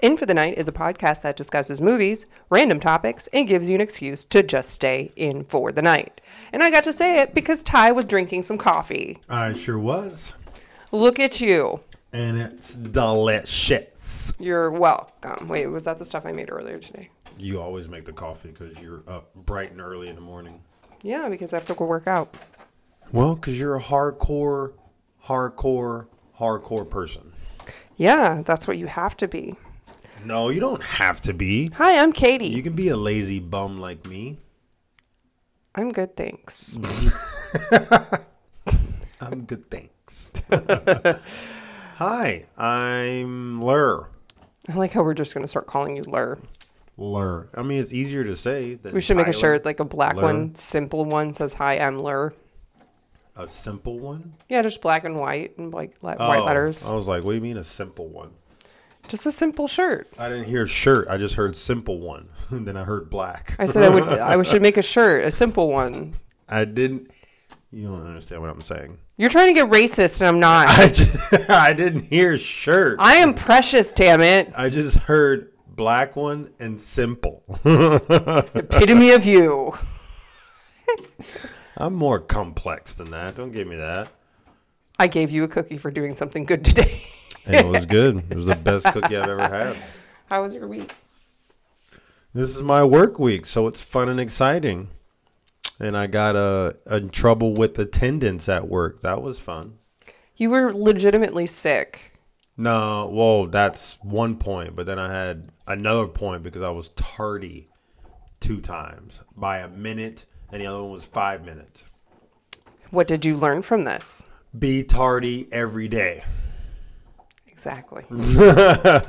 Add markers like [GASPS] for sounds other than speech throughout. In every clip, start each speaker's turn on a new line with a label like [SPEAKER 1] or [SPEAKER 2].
[SPEAKER 1] In for the Night is a podcast that discusses movies, random topics, and gives you an excuse to just stay in for the night. And I got to say it because Ty was drinking some coffee.
[SPEAKER 2] I sure was.
[SPEAKER 1] Look at you.
[SPEAKER 2] And it's delicious.
[SPEAKER 1] You're welcome. Wait, was that the stuff I made earlier today?
[SPEAKER 2] You always make the coffee because you're up bright and early in the morning.
[SPEAKER 1] Yeah, because I have to go work out.
[SPEAKER 2] Well, because you're a hardcore, hardcore, hardcore person.
[SPEAKER 1] Yeah, that's what you have to be.
[SPEAKER 2] No, you don't have to be.
[SPEAKER 1] Hi, I'm Katie.
[SPEAKER 2] You can be a lazy bum like me.
[SPEAKER 1] I'm good, thanks.
[SPEAKER 2] I'm good,
[SPEAKER 1] [LAUGHS]
[SPEAKER 2] thanks. Hi, I'm Lur.
[SPEAKER 1] I like how we're just going to start calling you Lur.
[SPEAKER 2] Lur. I mean, it's easier to say than
[SPEAKER 1] We should make a
[SPEAKER 2] Tyler.
[SPEAKER 1] shirt, like a black
[SPEAKER 2] Lur.
[SPEAKER 1] one, simple one says, Hi, I'm Lur.
[SPEAKER 2] A simple one.
[SPEAKER 1] Yeah, just black and white and like le- white
[SPEAKER 2] Oh,
[SPEAKER 1] letters.
[SPEAKER 2] I was like, what do you mean a simple one?
[SPEAKER 1] Just a simple shirt.
[SPEAKER 2] I didn't hear shirt. I just heard simple one. [LAUGHS] and then I heard black.
[SPEAKER 1] I said I would.
[SPEAKER 2] [LAUGHS]
[SPEAKER 1] I should make a shirt, a simple one.
[SPEAKER 2] I didn't. You don't understand what I'm saying. [LAUGHS]
[SPEAKER 1] You're trying to get racist, and I'm not.
[SPEAKER 2] I, just, [LAUGHS] I didn't hear shirt.
[SPEAKER 1] I am precious, damn it.
[SPEAKER 2] I just heard black one and simple. [LAUGHS]
[SPEAKER 1] Epitome of you.
[SPEAKER 2] I'm more complex than that. Don't give me that.
[SPEAKER 1] I gave you a cookie for doing something good today. [LAUGHS]
[SPEAKER 2] And it was good. It was the best cookie I've ever had.
[SPEAKER 1] How was your week?
[SPEAKER 2] This is my work week, so it's fun and exciting. And I got uh, in trouble with attendance at work. That was fun.
[SPEAKER 1] You were legitimately sick.
[SPEAKER 2] No, well, that's one point, but then I had another point because I was tardy two times by a minute, and the other one was five minutes.
[SPEAKER 1] What did you learn from this?
[SPEAKER 2] Be tardy every day. [LAUGHS]
[SPEAKER 1] Exactly.
[SPEAKER 2] Mm-hmm.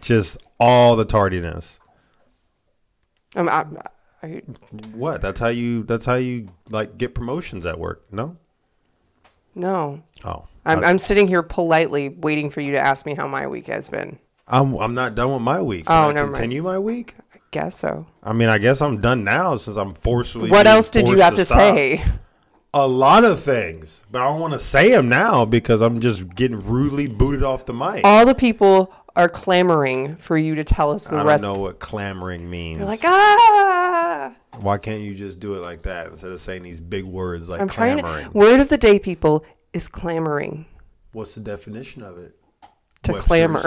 [SPEAKER 2] Just all the tardiness.
[SPEAKER 1] Um, I, I,
[SPEAKER 2] What? That's how you that's how you like get promotions at work, no?
[SPEAKER 1] no.
[SPEAKER 2] Oh.
[SPEAKER 1] I'm,
[SPEAKER 2] I-
[SPEAKER 1] I'm sitting here politely waiting for you to ask me how my week has been.
[SPEAKER 2] I'm I'm not done with my week. Can
[SPEAKER 1] Oh,
[SPEAKER 2] I
[SPEAKER 1] never mind.
[SPEAKER 2] continue my week?
[SPEAKER 1] I guess so.
[SPEAKER 2] I mean, I guess I'm done now since I'm forcefully.
[SPEAKER 1] What
[SPEAKER 2] being
[SPEAKER 1] else did you
[SPEAKER 2] forced
[SPEAKER 1] have to
[SPEAKER 2] stop.
[SPEAKER 1] say?
[SPEAKER 2] a lot of things, but I don't want to say them now because I'm just getting rudely booted off the mic.
[SPEAKER 1] All the people are clamoring for you to tell us the
[SPEAKER 2] I don't
[SPEAKER 1] rest.
[SPEAKER 2] know what clamoring means.
[SPEAKER 1] Like ah.
[SPEAKER 2] Why can't you just do it like that instead of saying these big words like
[SPEAKER 1] I'm trying
[SPEAKER 2] clamoring?
[SPEAKER 1] to. Word of the day, people, is clamoring.
[SPEAKER 2] What's the definition of it?
[SPEAKER 1] To
[SPEAKER 2] Webster's.
[SPEAKER 1] clamor.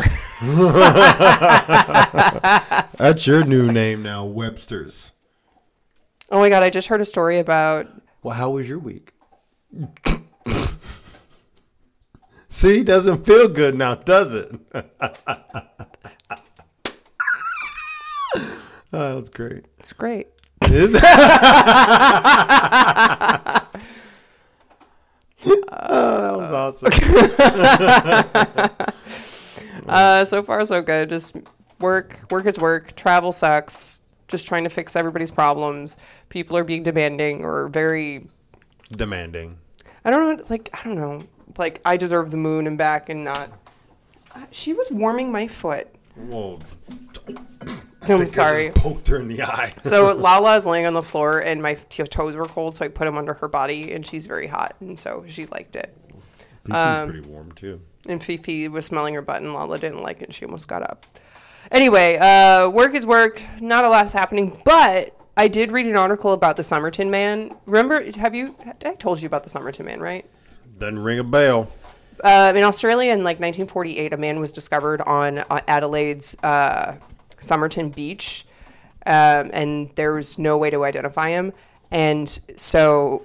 [SPEAKER 2] That's your new name now, Webster's.
[SPEAKER 1] [LAUGHS] Oh my God, I just heard a story about.
[SPEAKER 2] Well, how was your week? [LAUGHS] See, doesn't feel good now, does it? [LAUGHS] oh, Ah, that's great.
[SPEAKER 1] It's great.
[SPEAKER 2] Is Oh, that was awesome.
[SPEAKER 1] Uh, so far, so good. Just work, work is work. Travel sucks. Just trying to fix everybody's problems. People are being demanding or very.
[SPEAKER 2] [LAUGHS] Demanding.
[SPEAKER 1] I don't know. Like I don't know. Like I deserve the moon and back and not. Uh, She was warming my foot.
[SPEAKER 2] Well,
[SPEAKER 1] I'm sorry.
[SPEAKER 2] Poked her in the [LAUGHS] eye.
[SPEAKER 1] So Lala is laying on the floor, and my t- toes were cold, so I put them under her body, and she's very hot, and so she liked it.
[SPEAKER 2] pretty warm too.
[SPEAKER 1] And Fifi was smelling her butt, and Lala didn't like it, and she almost got up. Anyway, uh, work is work. Not a lot's happening, but I did read an article about the Somerton Man. Remember, have you? I told you about the Somerton Man, right?
[SPEAKER 2] Doesn't ring a bell.
[SPEAKER 1] Uh, in Australia, in like 1948, a man was discovered on uh, Adelaide's uh, Somerton Beach, um, and there was no way to identify him. And so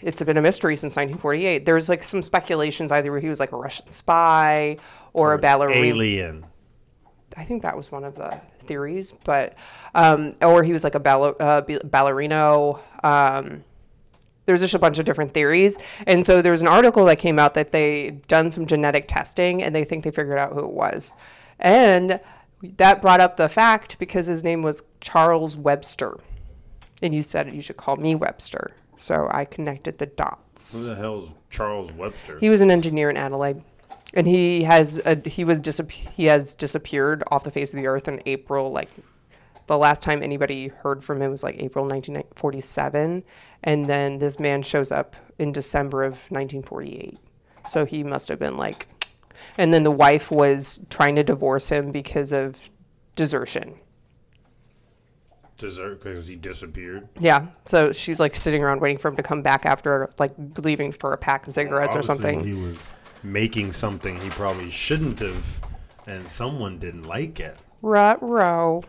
[SPEAKER 1] it's been a mystery since 1948. There's like some speculations either he was like a Russian spy or, a ballerina.
[SPEAKER 2] Alien.
[SPEAKER 1] I think that was one of the theories, but um, or he was like a ball- uh, b- ballerino. Um, there's just a bunch of different theories, and so there was an article that came out that they done some genetic testing and they think they figured out who it was, and that brought up the fact because his name was Charles Webster, and you said you should call me Webster, so I connected the dots.
[SPEAKER 2] Who the hell's Charles Webster?
[SPEAKER 1] He was an engineer in Adelaide, and he has a, he was disap- he has disappeared off the face of the earth in April. Like the last time anybody heard from him was like April 1947, and then this man shows up in December of 1948. So he must have been like and then the wife was trying to divorce him because of desertion.
[SPEAKER 2] Dessert because he disappeared.
[SPEAKER 1] Yeah, so she's like sitting around waiting for him to come back after like leaving for a pack of cigarettes or
[SPEAKER 2] Obviously,
[SPEAKER 1] something.
[SPEAKER 2] He was making something he probably shouldn't have, and someone didn't like it.
[SPEAKER 1] Rut row.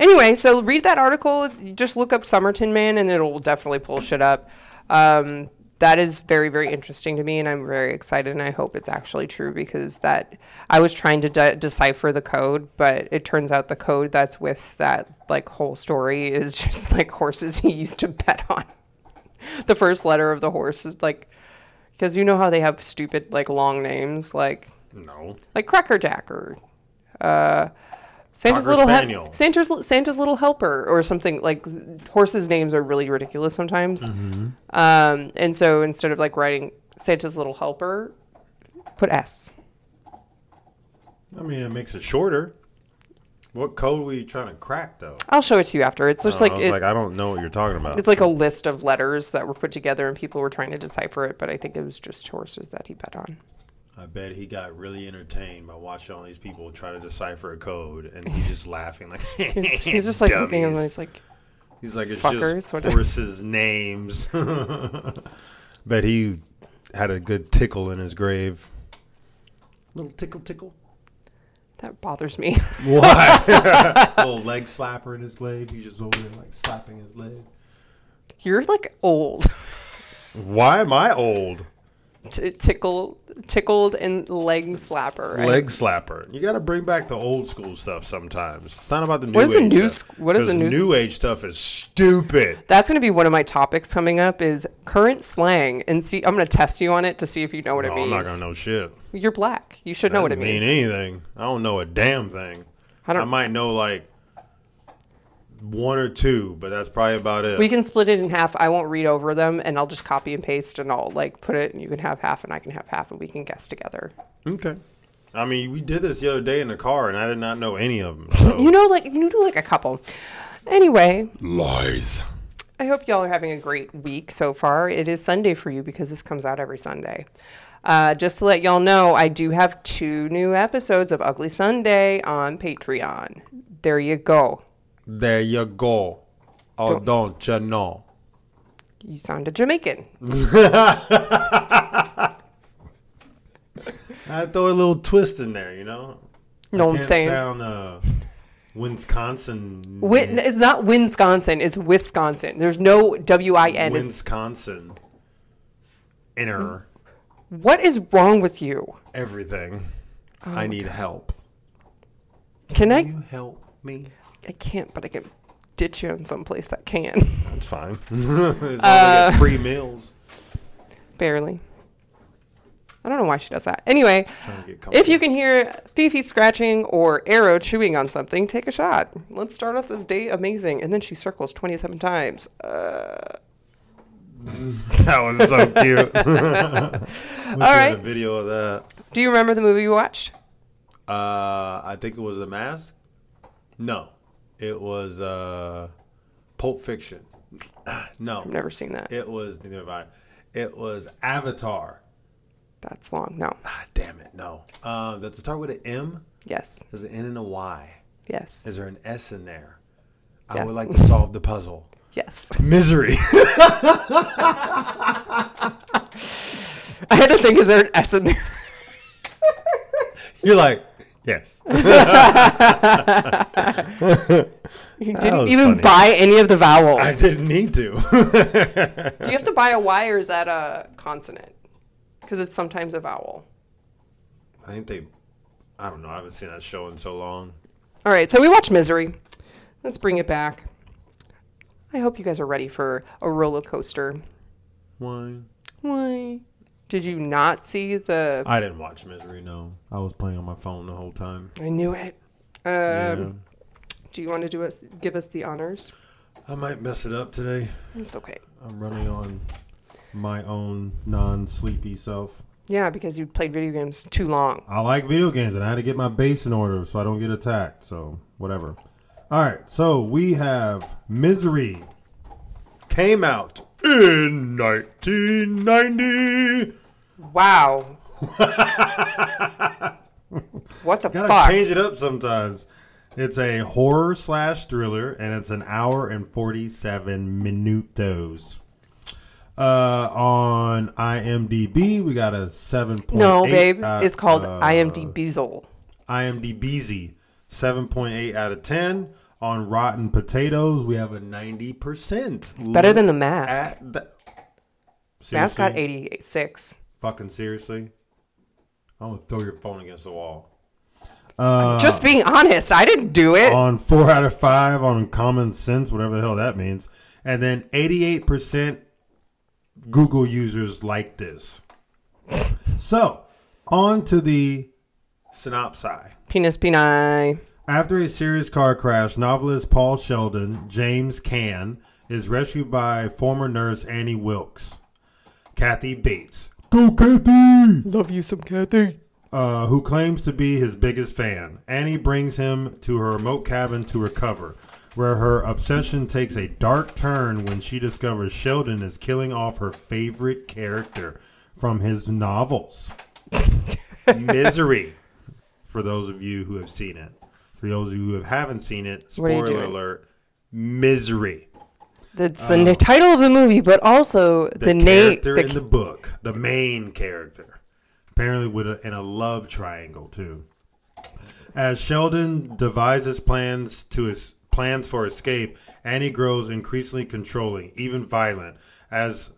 [SPEAKER 1] Anyway, so read that article. Just look up Somerton Man, and it'll definitely pull shit up. Um, that is very, very interesting to me, and I'm very excited. And I hope it's actually true because that I was trying to de- decipher the code, but it turns out the code that's with that like whole story is [LAUGHS] just like horses he used to bet on. the first letter of the horse is like, because you know how they have stupid like long names, like
[SPEAKER 2] No.
[SPEAKER 1] like Cracker Jack or uh, Santa's
[SPEAKER 2] Cocker
[SPEAKER 1] little
[SPEAKER 2] Spaniel.
[SPEAKER 1] he- Santa's Santa's little helper or something like horses' names are really ridiculous sometimes.
[SPEAKER 2] Mm-hmm.
[SPEAKER 1] Um, and so instead of like writing Santa's little helper, put S.
[SPEAKER 2] I mean, it makes it shorter. What code were you trying to crack, though?
[SPEAKER 1] I'll show it to you after. It's just
[SPEAKER 2] I
[SPEAKER 1] like,
[SPEAKER 2] was
[SPEAKER 1] it,
[SPEAKER 2] Oh, like, I don't know what you're talking about.
[SPEAKER 1] it's like a list of letters that were put together and people were trying to decipher it, but I think it was just horses that he bet on.
[SPEAKER 2] I bet he got really entertained by watching all these people try to decipher a code, and he's just laughing like
[SPEAKER 1] [LAUGHS] He's,
[SPEAKER 2] [LAUGHS]
[SPEAKER 1] he's just like looking and
[SPEAKER 2] dummies.
[SPEAKER 1] he's like,
[SPEAKER 2] He's like, it's
[SPEAKER 1] Fuckers,
[SPEAKER 2] just
[SPEAKER 1] what is-
[SPEAKER 2] horses' names. [LAUGHS] Bet he had a good tickle in his grave. Little tickle, tickle.
[SPEAKER 1] that bothers me. [LAUGHS]
[SPEAKER 2] What? little leg slapper in his grave. He's just over there like slapping his leg.
[SPEAKER 1] You're like old, [LAUGHS]
[SPEAKER 2] Why am I old?
[SPEAKER 1] T- tickle, tickled and leg slapper. I
[SPEAKER 2] Leg slapper. You got to bring back the old school stuff sometimes. It's not about the new.
[SPEAKER 1] What is the
[SPEAKER 2] age
[SPEAKER 1] new
[SPEAKER 2] Stuff.
[SPEAKER 1] sc- what is the
[SPEAKER 2] 'Cause
[SPEAKER 1] new s-
[SPEAKER 2] new age stuff is stupid.
[SPEAKER 1] That's going to be one of my topics coming up is current slang and see I'm going to test you on it to see if you know what it
[SPEAKER 2] No, I'm
[SPEAKER 1] means.
[SPEAKER 2] not gonna know shit.
[SPEAKER 1] You're black. You should know what it
[SPEAKER 2] Doesn't mean
[SPEAKER 1] means.
[SPEAKER 2] anything. I don't know a damn thing.
[SPEAKER 1] I
[SPEAKER 2] I,
[SPEAKER 1] don't-
[SPEAKER 2] might know like one or two, but that's probably about it.
[SPEAKER 1] We can split it in half. I won't read over them and I'll just copy and paste and I'll like put it and you can have half and I can have half and we can guess together.
[SPEAKER 2] okay. I mean, we did this the other day in the car, and I did not know any of them. So.
[SPEAKER 1] You know like you can do like a couple. Anyway,
[SPEAKER 2] [LAUGHS] Lies.
[SPEAKER 1] I hope y'all are having a great week so far. It is Sunday for you because this comes out every Sunday. Uh, just to let y'all know, I do have two new episodes of Ugly Sunday on Patreon. There you go.
[SPEAKER 2] There you go. Oh, don't, you know?
[SPEAKER 1] You sounded Jamaican.
[SPEAKER 2] I throw a little twist in there, you know.
[SPEAKER 1] No, I'm
[SPEAKER 2] Can't
[SPEAKER 1] saying.
[SPEAKER 2] sound uh, Wisconsin.
[SPEAKER 1] Wi- it's not Wisconsin. It's Wisconsin. There's no W I N. It's- Mm.
[SPEAKER 2] Wisconsin. Inner
[SPEAKER 1] What is wrong with you?
[SPEAKER 2] everything.
[SPEAKER 1] Oh
[SPEAKER 2] I need help.
[SPEAKER 1] Can
[SPEAKER 2] Can
[SPEAKER 1] I?
[SPEAKER 2] you help me?
[SPEAKER 1] I can't, but I can ditch you in some place that can. [LAUGHS]
[SPEAKER 2] That's [LAUGHS] fine. as long as I
[SPEAKER 1] Uh.
[SPEAKER 2] get free meals.
[SPEAKER 1] Barely. I don't know why she does that. Anyway,
[SPEAKER 2] Trying to get
[SPEAKER 1] if
[SPEAKER 2] comfortable.
[SPEAKER 1] you can hear Fifi scratching or Arrow chewing on something, take a shot. Let's start off this day amazing. And then she circles 27 times.
[SPEAKER 2] [LAUGHS] that was so [LAUGHS] cute. All
[SPEAKER 1] right.
[SPEAKER 2] A video of that.
[SPEAKER 1] Do you remember the movie you watched?
[SPEAKER 2] Uh, I think it was The Mask. No, it was uh, Pulp Fiction. [SIGHS] No,
[SPEAKER 1] I've never seen that.
[SPEAKER 2] it was neither have I. It was Avatar.
[SPEAKER 1] That's long. No.
[SPEAKER 2] Ah, damn it, no. Um, does it start with an M?
[SPEAKER 1] Yes.
[SPEAKER 2] There's an N and a Y.
[SPEAKER 1] Yes.
[SPEAKER 2] Is there an S in there? I
[SPEAKER 1] Yes.
[SPEAKER 2] would like to solve the puzzle.
[SPEAKER 1] Yes.
[SPEAKER 2] Misery. [LAUGHS]
[SPEAKER 1] [LAUGHS] I had to think, is there an S in there?
[SPEAKER 2] You're like, yes.
[SPEAKER 1] You
[SPEAKER 2] was
[SPEAKER 1] didn't even
[SPEAKER 2] funny.
[SPEAKER 1] buy any of the [LAUGHS]
[SPEAKER 2] I
[SPEAKER 1] vowels.
[SPEAKER 2] didn't need to. [LAUGHS]
[SPEAKER 1] Do you have to buy a Y or is that a consonant? Because it's sometimes a vowel.
[SPEAKER 2] I think they, I don't know. I haven't seen that show in so long.
[SPEAKER 1] All right, so we watched Misery. Let's bring it back. I hope you guys are ready for a roller coaster.
[SPEAKER 2] Why?
[SPEAKER 1] Why? Did you not see the.
[SPEAKER 2] I didn't watch Misery, no. I was playing on my phone the whole time.
[SPEAKER 1] I knew it. Um, Do you want to do us give us the honors?
[SPEAKER 2] I might mess it up today.
[SPEAKER 1] It's okay.
[SPEAKER 2] I'm running on my own non sleepy self.
[SPEAKER 1] Yeah, because you played video games too long.
[SPEAKER 2] I like video games, and I had to get my base in order so I don't get attacked. So whatever. All right, so we have Misery. Came out in 1990.
[SPEAKER 1] [LAUGHS] Wow. What the
[SPEAKER 2] Gotta
[SPEAKER 1] fuck?
[SPEAKER 2] change it up sometimes. It's a horror slash thriller, and it's an hour and forty-seven minutos. Uh, on IMDb, we got a seven point.
[SPEAKER 1] No, babe. it's called
[SPEAKER 2] uh,
[SPEAKER 1] IMDbZol.
[SPEAKER 2] IMDbZ, seven point eight out of ten. On Rotten Potatoes, we have a ninety percent.
[SPEAKER 1] Better than the mask.
[SPEAKER 2] at the-
[SPEAKER 1] Mask got
[SPEAKER 2] Seriously?
[SPEAKER 1] 86.
[SPEAKER 2] Fucking seriously, I'm gonna throw your phone against the wall. Uh,
[SPEAKER 1] Just being honest, I didn't do it.
[SPEAKER 2] on four out of five on common sense, whatever the hell that means. And then 88% Google users like this. so, on to the synopsis.
[SPEAKER 1] Penis peni.
[SPEAKER 2] After a serious car crash, novelist Paul Sheldon, James Can, is rescued by former nurse Annie Wilkes. Kathy Bates. Go, Kathy!
[SPEAKER 1] Love you some Kathy.
[SPEAKER 2] uh, who claims to be his biggest fan. Annie brings him to her remote cabin to recover, where her obsession takes a dark turn when she discovers Sheldon is killing off her favorite character from his novels.
[SPEAKER 1] [LAUGHS]
[SPEAKER 2] Misery, for those of you who have seen it. For those of you who haven't seen it,
[SPEAKER 1] What are you
[SPEAKER 2] spoiler
[SPEAKER 1] doing?
[SPEAKER 2] alert, misery.
[SPEAKER 1] That's the na- title of the movie, but also the, name.
[SPEAKER 2] uh, character in the book, the main character, apparently with a, in a love triangle too. As Sheldon devises plans to his plans for escape, Annie grows increasingly controlling, even violent, as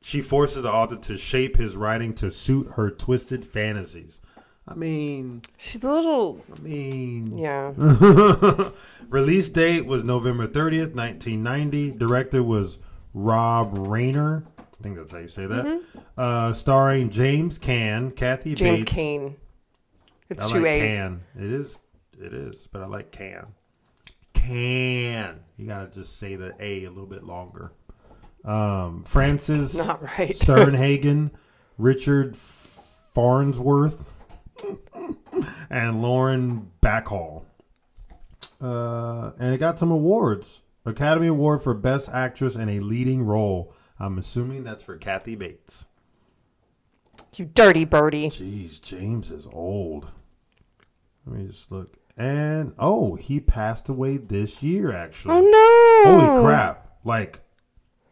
[SPEAKER 2] she forces the author to shape his writing to suit her twisted fantasies. I mean,
[SPEAKER 1] She's a little.
[SPEAKER 2] I mean, [LAUGHS]
[SPEAKER 1] Yeah.
[SPEAKER 2] Release date was November 30th, 1990. Director was Rob Rayner. I think that's how you say that. Uh, starring James Can, Kathy
[SPEAKER 1] James
[SPEAKER 2] Bates.
[SPEAKER 1] Kane.
[SPEAKER 2] I
[SPEAKER 1] It's
[SPEAKER 2] like
[SPEAKER 1] two A's.
[SPEAKER 2] Can. It is. It is. But I like Can. Can. You gotta just say the A a little bit longer. Um, Francis
[SPEAKER 1] Not right. [LAUGHS]
[SPEAKER 2] Sternhagen, Richard Farnsworth, and Lauren Backhall. Uh, and it got some awards. Academy Award for Best Actress in a Leading Role. I'm assuming that's for Kathy Bates.
[SPEAKER 1] You dirty birdie.
[SPEAKER 2] Jeez, James is old. Let me just look. And oh, he passed away this year actually.
[SPEAKER 1] Oh no.
[SPEAKER 2] Holy crap. Like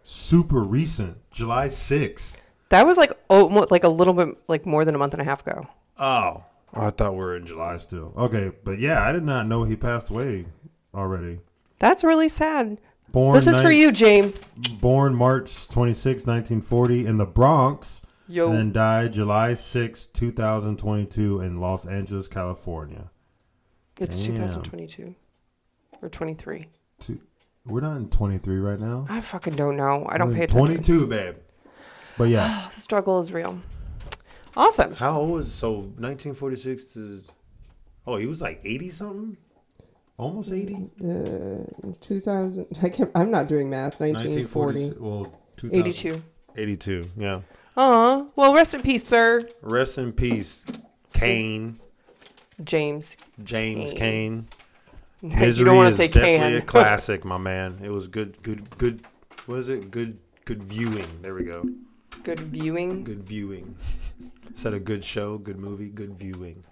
[SPEAKER 2] super recent. July 6th.
[SPEAKER 1] That was like oh, mo- like a little bit like more than a month and a half ago.
[SPEAKER 2] Oh. I thought we were in July still. Okay, but yeah, I did not know he passed away already.
[SPEAKER 1] That's really sad.
[SPEAKER 2] Born
[SPEAKER 1] This is for
[SPEAKER 2] nine-
[SPEAKER 1] you, James.
[SPEAKER 2] Born March 26, 1940 in the Bronx.
[SPEAKER 1] Yo.
[SPEAKER 2] And then died July 6, 2022 in Los Angeles, California.
[SPEAKER 1] It's
[SPEAKER 2] Damn.
[SPEAKER 1] 2022 or 23.
[SPEAKER 2] Two, we're not in 23 right now.
[SPEAKER 1] I fucking don't know. I don't
[SPEAKER 2] We're
[SPEAKER 1] pay
[SPEAKER 2] in
[SPEAKER 1] attention.
[SPEAKER 2] 22, babe. But yeah.
[SPEAKER 1] [SIGHS] The struggle is real. Awesome.
[SPEAKER 2] How old was so 1946 to Oh, he was like 80 something? Almost 80?
[SPEAKER 3] 2000 Uh, I can't, i'm not doing math 1940
[SPEAKER 2] Well, 2000.
[SPEAKER 1] 82.
[SPEAKER 2] 82. Yeah.
[SPEAKER 1] Aw. Well, rest in peace, sir.
[SPEAKER 2] Rest in peace, Kane.
[SPEAKER 1] James. [LAUGHS]
[SPEAKER 2] James
[SPEAKER 1] Kane.
[SPEAKER 2] Kane.
[SPEAKER 1] [LAUGHS]
[SPEAKER 2] Misery
[SPEAKER 1] you don't want
[SPEAKER 2] is
[SPEAKER 1] to say
[SPEAKER 2] definitely
[SPEAKER 1] can.
[SPEAKER 2] a classic, my man. It was good, good, good. What is it? Good, good viewing. There we go.
[SPEAKER 1] Good viewing.
[SPEAKER 2] Good viewing. [LAUGHS] Said a good show, good movie, good viewing.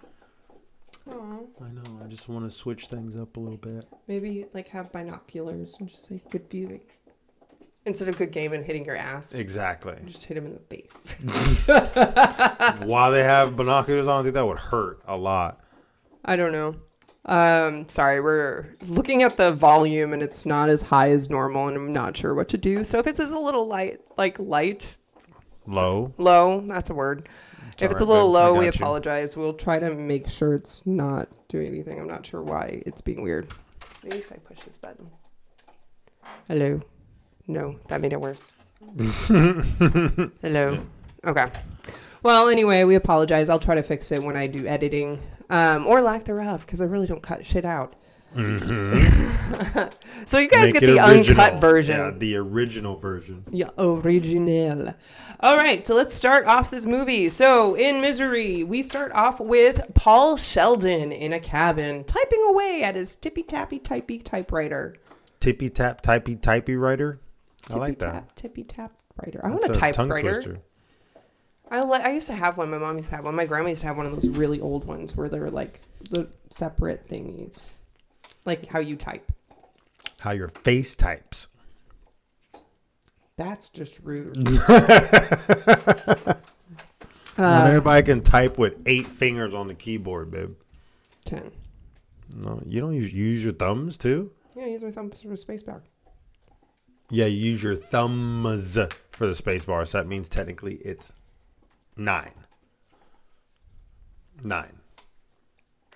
[SPEAKER 2] I know. I just want to switch things up a little bit.
[SPEAKER 3] maybe like have binoculars and just like good viewing
[SPEAKER 1] Instead of good game and hitting your ass,
[SPEAKER 2] [LAUGHS] Exactly.
[SPEAKER 3] just hit him in the
[SPEAKER 1] [LAUGHS]
[SPEAKER 3] face
[SPEAKER 2] While they have binoculars on, I think that would hurt a lot.
[SPEAKER 1] I don't know. Um, sorry, we're looking at the volume and it's not as high as normal, and I'm not sure what to do. So if it's just a little light, like light,
[SPEAKER 2] Low.
[SPEAKER 1] low, that's a word. if it's a
[SPEAKER 2] alright,
[SPEAKER 1] little
[SPEAKER 2] babe. I
[SPEAKER 1] low, we
[SPEAKER 2] got you.
[SPEAKER 1] apologize. We'll try
[SPEAKER 3] try to
[SPEAKER 1] to.
[SPEAKER 3] make sure it's not doing anything i'm not sure why it's being weird
[SPEAKER 1] Maybe if I push this button.
[SPEAKER 3] hello
[SPEAKER 1] No, that made it
[SPEAKER 2] [LAUGHS]
[SPEAKER 1] worse. Hello. Okay. Well,
[SPEAKER 3] anyway we apologize i'll try to fix it when i do editing
[SPEAKER 1] um, or lack thereof, because I really don't cut shit out. [LAUGHS] so you guys
[SPEAKER 2] Mm-hmm. Make
[SPEAKER 1] get
[SPEAKER 2] it
[SPEAKER 1] the
[SPEAKER 2] original.
[SPEAKER 1] uncut version.
[SPEAKER 2] Yeah, the original version.
[SPEAKER 3] yeah original
[SPEAKER 1] All right, so let's start off this movie. So, in Misery, we start off with Paul Sheldon in a cabin typing away at his tippy tappy typey typewriter.
[SPEAKER 2] Tippy tap, typey, typey writer. I like that.
[SPEAKER 3] tap tippy tap
[SPEAKER 1] Writer. I want
[SPEAKER 2] It's
[SPEAKER 1] a
[SPEAKER 2] a tongue
[SPEAKER 1] typewriter.
[SPEAKER 2] twister.
[SPEAKER 1] I, li- I used to have one. My mom used to have one. My grandma used to have one of those really old ones where they were like the separate thingies, like how you type.
[SPEAKER 2] How your face types.
[SPEAKER 1] That's just rude. Uh.
[SPEAKER 2] Not everybody can type with eight fingers on the keyboard, babe.
[SPEAKER 1] Ten.
[SPEAKER 2] No, you don't use, you use your thumbs too.
[SPEAKER 1] Yeah, use my thumb for a space bar.
[SPEAKER 2] Yeah, you use your thumbs for the space bar, so that means technically it's nine. Nine.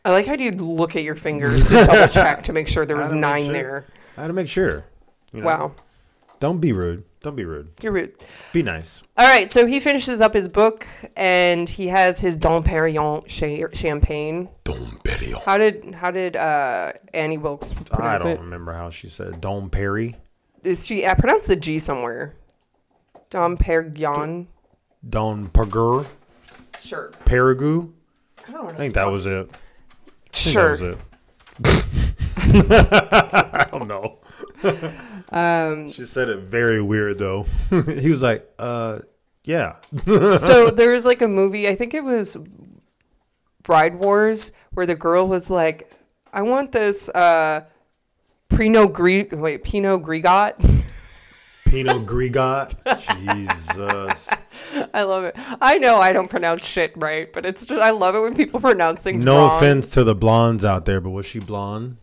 [SPEAKER 1] I like how you look at your fingers to double check to make sure there was
[SPEAKER 2] Gotta
[SPEAKER 1] nine
[SPEAKER 2] make sure.
[SPEAKER 1] there.
[SPEAKER 2] I had to make sure. you know?
[SPEAKER 1] Wow,
[SPEAKER 2] Don't be rude. Don't be rude.
[SPEAKER 1] you're rude.
[SPEAKER 2] Be nice.
[SPEAKER 1] All right, so he finishes up his book and he has his Dom Perignon cha- champagne.
[SPEAKER 2] Don Perignon.
[SPEAKER 1] How did how did uh, Annie Wilkes
[SPEAKER 2] I
[SPEAKER 1] pronounce
[SPEAKER 2] don't
[SPEAKER 1] it?
[SPEAKER 2] remember how she said Don Perry.
[SPEAKER 1] Is she? I pronounced the G somewhere. Dom Perignon.
[SPEAKER 2] Don Pergur.
[SPEAKER 1] Sure.
[SPEAKER 2] Perigou.
[SPEAKER 1] I don't know.
[SPEAKER 2] I think that was it. I think
[SPEAKER 1] Sure.
[SPEAKER 2] That was it. [LAUGHS] I don't know. um, she said it very weird though. [LAUGHS] he was like, uh, yeah. [LAUGHS]
[SPEAKER 1] so there was like a movie, I think it was Bride Wars, where the girl was like, I want this uh Pinot Gris wait, Pinot Grigot.
[SPEAKER 2] Pinot [LAUGHS] Grigot. Jesus.
[SPEAKER 1] [LAUGHS] I love it. I know I don't pronounce shit right, but it's just I love it when people [LAUGHS] pronounce things
[SPEAKER 2] No
[SPEAKER 1] wrong.
[SPEAKER 2] offense to the blondes out there, but was she blonde?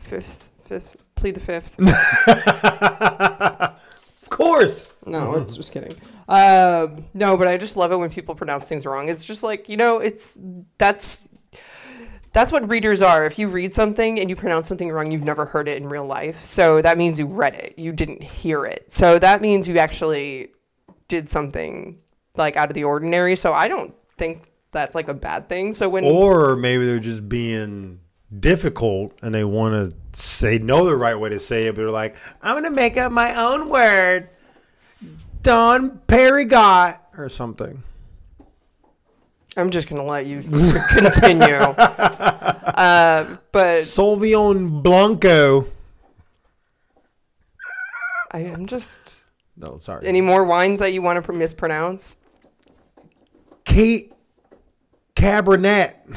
[SPEAKER 1] Fifth fifth plead the fifth.
[SPEAKER 2] Of course.
[SPEAKER 1] No, it's just kidding. Um, no, but I just love it when people pronounce things wrong. It's just like you know, it's that's that's what readers are. If you read something and you pronounce something wrong, you've never heard it in real life. So that means you read it, you didn't hear it. So that means you actually did something like out of the ordinary. So I don't think that's like a bad thing. So when
[SPEAKER 2] Or maybe they're just being difficult and they want to say know the right way to say it, but they're like, I'm gonna make up my own word, Don Perigot or something.
[SPEAKER 1] I'm just gonna let you [LAUGHS] continue, uh, but
[SPEAKER 2] Solvion Blanco.
[SPEAKER 1] I, I'm just
[SPEAKER 2] No, sorry.
[SPEAKER 1] any more wines that you want to mispronounce.
[SPEAKER 2] Kate Cabernet. [LAUGHS]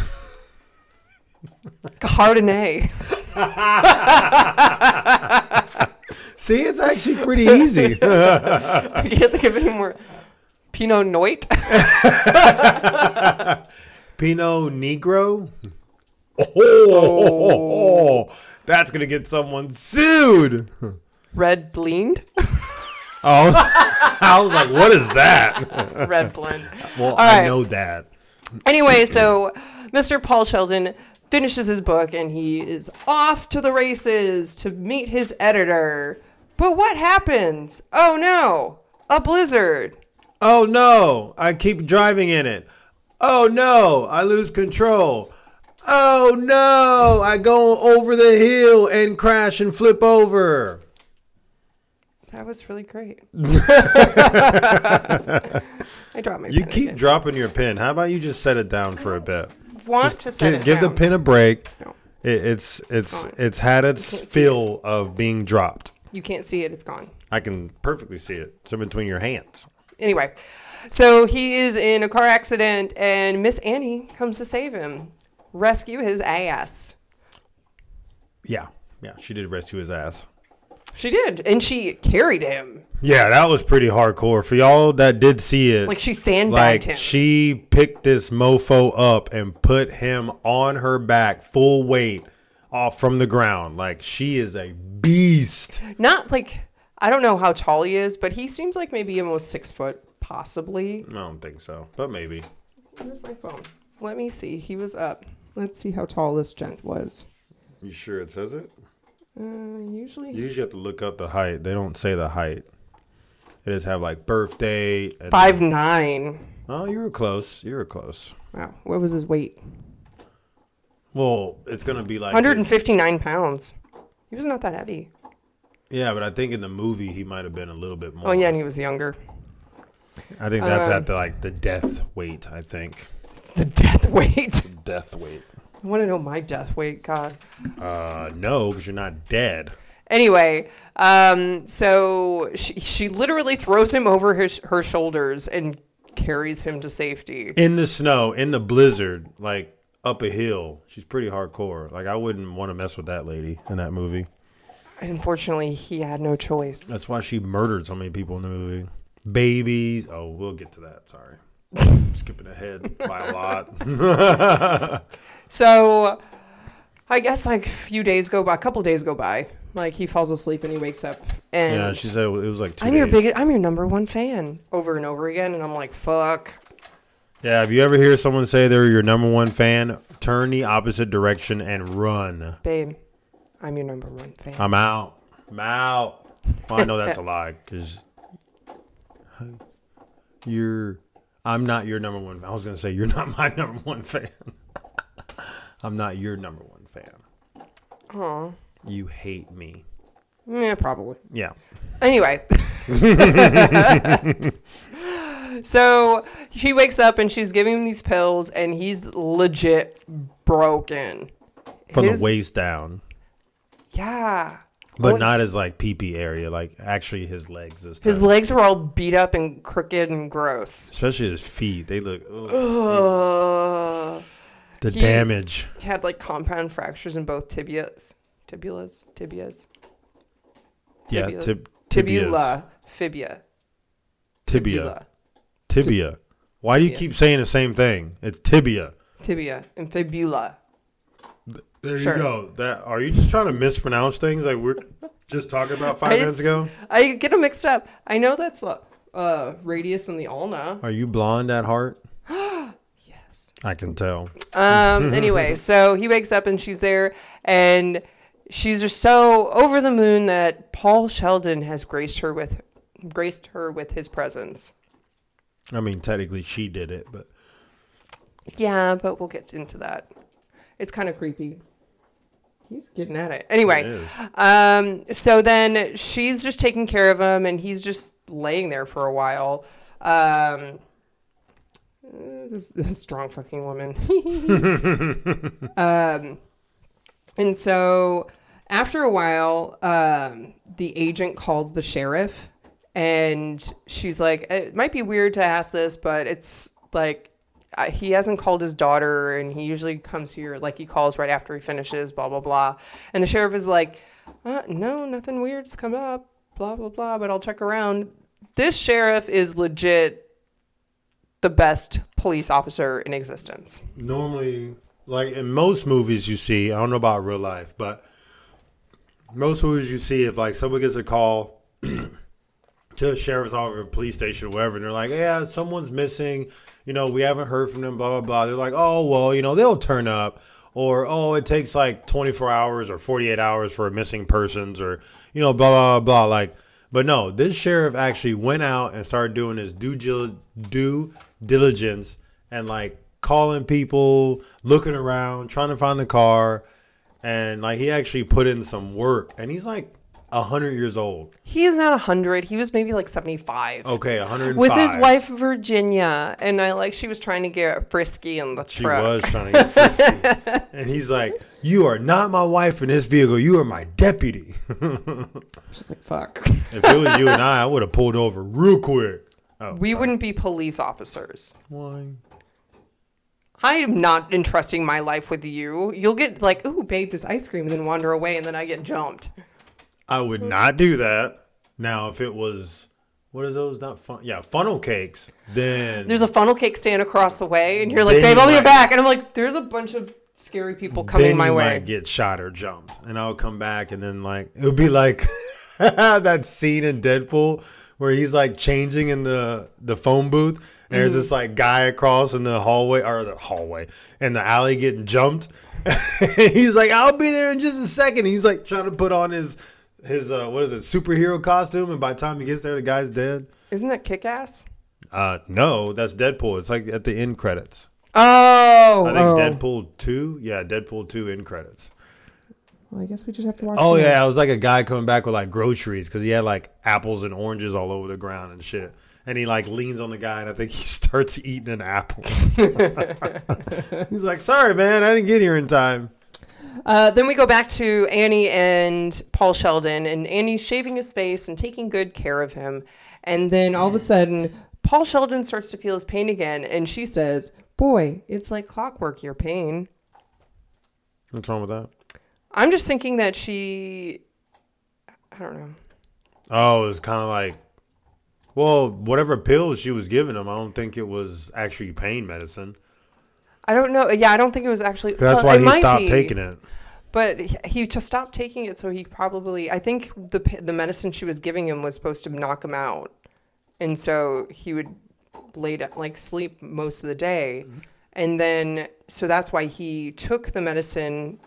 [SPEAKER 1] [LAUGHS] Chardonnay.
[SPEAKER 2] See, it's actually pretty [LAUGHS] easy.
[SPEAKER 1] I can't think of any more. Pinot Noit. [LAUGHS]
[SPEAKER 2] Pinot Negro. Oh, that's gonna get someone [LAUGHS] sued.
[SPEAKER 1] Red
[SPEAKER 2] [LAUGHS]
[SPEAKER 1] Blend.
[SPEAKER 2] Oh, I was like, what is that?
[SPEAKER 1] Red Blend.
[SPEAKER 2] Well,
[SPEAKER 1] right.
[SPEAKER 2] I know that.
[SPEAKER 1] Anyway, so Mr. Paul Sheldon finishes his book and he is off to the races to meet his editor. But what happens? Oh no, a blizzard.
[SPEAKER 2] Oh no, I keep driving in it. Oh no, I lose control. Oh no, I go over the hill and crash and flip over.
[SPEAKER 1] That was really great.
[SPEAKER 2] [LAUGHS]
[SPEAKER 1] I dropped my.
[SPEAKER 2] You
[SPEAKER 1] pen
[SPEAKER 2] keep
[SPEAKER 1] again.
[SPEAKER 2] dropping your pin. How about you just set it down for a bit?
[SPEAKER 1] want to set
[SPEAKER 2] give
[SPEAKER 1] it
[SPEAKER 2] give the
[SPEAKER 1] down.
[SPEAKER 2] pin a break.
[SPEAKER 1] No.
[SPEAKER 2] It, it's it's
[SPEAKER 1] Fine.
[SPEAKER 2] it's had
[SPEAKER 1] can't
[SPEAKER 2] its
[SPEAKER 1] see
[SPEAKER 2] fill of being dropped.
[SPEAKER 1] You can't see it. It's gone.
[SPEAKER 2] I can perfectly see it. It's in between your hands.
[SPEAKER 1] anyway, so he is in a car accident, and Miss Annie comes to save him, rescue his ass.
[SPEAKER 2] Yeah, yeah. She did rescue his ass.
[SPEAKER 1] She did, and she carried him
[SPEAKER 2] Yeah, that was pretty hardcore for y'all that did see it.
[SPEAKER 1] like she sandbagged
[SPEAKER 2] like
[SPEAKER 1] him.
[SPEAKER 2] she picked this mofo up and put him on her back full weight off from the ground like she is a beast
[SPEAKER 1] Not like I don't know how tall he is, but he seems like maybe almost six foot, possibly.
[SPEAKER 2] i don't think so but maybe
[SPEAKER 1] Where's my phone? Let me see. He was up. Let's see how tall this gent was.
[SPEAKER 2] you sure it says it
[SPEAKER 1] Uh, usually
[SPEAKER 2] you usually have to look up the height they don't say the height they just have like birthday and
[SPEAKER 1] five nine.
[SPEAKER 2] oh you were close you were close
[SPEAKER 1] Wow, what was his weight?
[SPEAKER 2] well it's gonna be like
[SPEAKER 1] 159 pounds. He was not that heavy.
[SPEAKER 2] yeah but i think in the movie he might have been a little bit more
[SPEAKER 1] Oh yeah, Uh, and he was younger.
[SPEAKER 2] i think that's at the like the death weight i think
[SPEAKER 1] It's the death weight.
[SPEAKER 2] death weight
[SPEAKER 1] I want to know my death weight, God.
[SPEAKER 2] uh no because you're not dead
[SPEAKER 1] Anyway, um, so she, she literally throws him over his, her shoulders and carries him to safety.
[SPEAKER 2] in the snow, in the blizzard, like up a hill. She's pretty hardcore. Like I wouldn't want to mess with that lady in that movie.
[SPEAKER 1] Unfortunately, he had no choice.
[SPEAKER 2] That's why she murdered so many people in the movie. Babies. Oh, we'll get to that. Sorry. Skipping ahead by a lot.
[SPEAKER 1] So I guess like a few days go by, a couple days go by. Like he falls asleep and he wakes up and
[SPEAKER 2] yeah, she said it was like 2
[SPEAKER 1] I'm your
[SPEAKER 2] days.
[SPEAKER 1] biggest I'm your number one fan over and over again and I'm like, fuck.
[SPEAKER 2] Yeah, if you ever hear someone say they're your number one fan, turn the opposite direction and run.
[SPEAKER 1] Babe, I'm your number one fan.
[SPEAKER 2] I'm out. I'm out. Well, I know that's a lie because you're. I'm not your number one. I was gonna say you're not my [LAUGHS] number one fan. I'm not your number one fan.
[SPEAKER 1] Aw.
[SPEAKER 2] You hate me.
[SPEAKER 1] Yeah, probably.
[SPEAKER 2] Yeah. [LAUGHS]
[SPEAKER 1] Anyway. so she wakes up and she's giving him these pills and he's legit broken.
[SPEAKER 2] From
[SPEAKER 1] His- Oh,
[SPEAKER 2] the waist down,
[SPEAKER 1] Yeah.
[SPEAKER 2] but
[SPEAKER 1] Well,
[SPEAKER 2] not as like pee pee area. Like actually, his legs this time.
[SPEAKER 1] his legs were all beat up and crooked and gross.
[SPEAKER 2] Especially his feet. They look.
[SPEAKER 1] Uh,
[SPEAKER 2] ugh. the
[SPEAKER 1] he-
[SPEAKER 2] damage.
[SPEAKER 1] he had like compound fractures in both tibias, tibulas, tibias,
[SPEAKER 2] Yeah.
[SPEAKER 1] tibia-
[SPEAKER 2] Tib- tibias.
[SPEAKER 1] tibula, fibia,
[SPEAKER 2] Tibia.
[SPEAKER 1] tibula,
[SPEAKER 2] Tibia. Why do you keep saying the same thing? It's tibia.
[SPEAKER 1] tibia, and fibula.
[SPEAKER 2] There
[SPEAKER 1] Sure.
[SPEAKER 2] you go. That are you just trying to mispronounce things like we're just talking about five
[SPEAKER 1] I-
[SPEAKER 2] minutes ago?
[SPEAKER 1] I get them mixed up. I know that's uh, uh, radius and the ulna.
[SPEAKER 2] Are you blonde at heart?
[SPEAKER 1] [GASPS]
[SPEAKER 2] yes. I can tell. [LAUGHS]
[SPEAKER 1] Um, anyway, so he wakes up and she's there, and she's just so over the moon that Paul Sheldon has graced her with graced her with his presence.
[SPEAKER 2] I mean, technically she did it, but
[SPEAKER 1] Yeah, but we'll get into that. It's kind of creepy. He's getting at it. Anyway,
[SPEAKER 2] it is.
[SPEAKER 1] um, so then she's just taking care of him, and he's just laying there for a while. Um, uh, this, this strong fucking woman. [LAUGHS] um, and so after a while, um, the agent calls the sheriff, and she's like, "It might be weird to ask this, but it's like." I- He hasn't called his daughter, and he usually comes here. Like he calls right after he finishes, blah blah blah. And the sheriff is like, uh, "No, nothing weird's come up, blah blah blah." But I'll check around. This sheriff is legit the best police officer in existence.
[SPEAKER 2] normally like in most movies you see i don't know about real life but most movies you see if like someone gets a call to a sheriff's office or a police station or whatever and they're like yeah someone's missing you know we haven't heard from them blah blah blah they're like oh well you know they'll turn up or oh it takes like 24 hours or 48 hours for a missing persons or you know blah blah blah, blah. like but no this sheriff actually went out and started doing his due, gil- due diligence and like calling people, looking around, trying to find the car, and like he actually put in some work. And he's like hundred years old.
[SPEAKER 1] He is not 100. He was maybe like 75.
[SPEAKER 2] Okay, hundred and
[SPEAKER 1] With his wife, Virginia. And I like, she was trying to get frisky in the
[SPEAKER 2] She
[SPEAKER 1] truck.
[SPEAKER 2] was trying to get [LAUGHS] frisky, and he's like, "You are not my wife in this vehicle. You are my deputy."
[SPEAKER 3] She's like,
[SPEAKER 1] [LAUGHS]
[SPEAKER 3] fuck.
[SPEAKER 2] if it was you and I, I would have pulled over real quick. Oh,
[SPEAKER 1] We wouldn't be police officers.
[SPEAKER 2] why?
[SPEAKER 1] I am not entrusting my life with you. You'll get like, ooh, babe, there's ice cream, and then wander away, and then I get jumped.
[SPEAKER 2] I would not do that. Now, if it was, what is those? Not fun. Yeah, funnel cakes. Then
[SPEAKER 1] There's a funnel cake stand across the way, and you're like,
[SPEAKER 2] Then
[SPEAKER 1] babe,
[SPEAKER 2] you
[SPEAKER 1] I'll be
[SPEAKER 2] might-
[SPEAKER 1] back. And I'm like, there's a bunch of scary people coming
[SPEAKER 2] then
[SPEAKER 1] my
[SPEAKER 2] you
[SPEAKER 1] way.
[SPEAKER 2] might get shot or jumped, and I'll come back, and then like it would be like [LAUGHS] that scene in Deadpool where he's like changing in the the phone booth, and
[SPEAKER 1] Mm-hmm.
[SPEAKER 2] there's this like guy across in the hallway or the hallway in the alley getting jumped. [LAUGHS] he's like, "I'll be there in just a second. He's like trying to put on his his uh, what is it superhero costume, and by the time he gets there, the guy's dead.
[SPEAKER 1] Isn't that kick ass?
[SPEAKER 2] Uh, no, that's Deadpool. It's like at the end credits.
[SPEAKER 1] Oh,
[SPEAKER 2] I think
[SPEAKER 1] oh.
[SPEAKER 2] Deadpool two, yeah, Deadpool two end credits.
[SPEAKER 3] Well, I guess we just have to watch.
[SPEAKER 2] Oh
[SPEAKER 3] the-
[SPEAKER 2] yeah, it was like a guy coming back with like groceries because he had like apples and oranges all over the ground and shit. And he like leans on the guy and I think he [LAUGHS] starts eating [LAUGHS] an apple. He's like, "Sorry, man, I didn't get here in time."
[SPEAKER 1] Uh, then we go back to Annie and Paul Sheldon, and Annie's shaving his face and taking good care of him. And then all of a sudden, Paul Sheldon starts to feel his pain again, and she says, Boy, it's like clockwork, your pain.
[SPEAKER 2] What's wrong with that?
[SPEAKER 1] I'm just thinking that she. I don't know.
[SPEAKER 2] Oh, it's kind of like, well, whatever pills she was giving him, I don't think it was actually pain medicine.
[SPEAKER 1] I don't know. Yeah, I don't think it was actually.
[SPEAKER 2] That's
[SPEAKER 1] well,
[SPEAKER 2] why
[SPEAKER 1] it
[SPEAKER 2] he
[SPEAKER 1] might
[SPEAKER 2] stopped
[SPEAKER 1] be,
[SPEAKER 2] taking it.
[SPEAKER 1] But he- he just stopped taking it, so he probably. I think the p- the medicine she was giving him was supposed to knock him out, and so he would lay down, like sleep most of the day,
[SPEAKER 2] Mm-hmm.
[SPEAKER 1] and then so that's why he took the medicine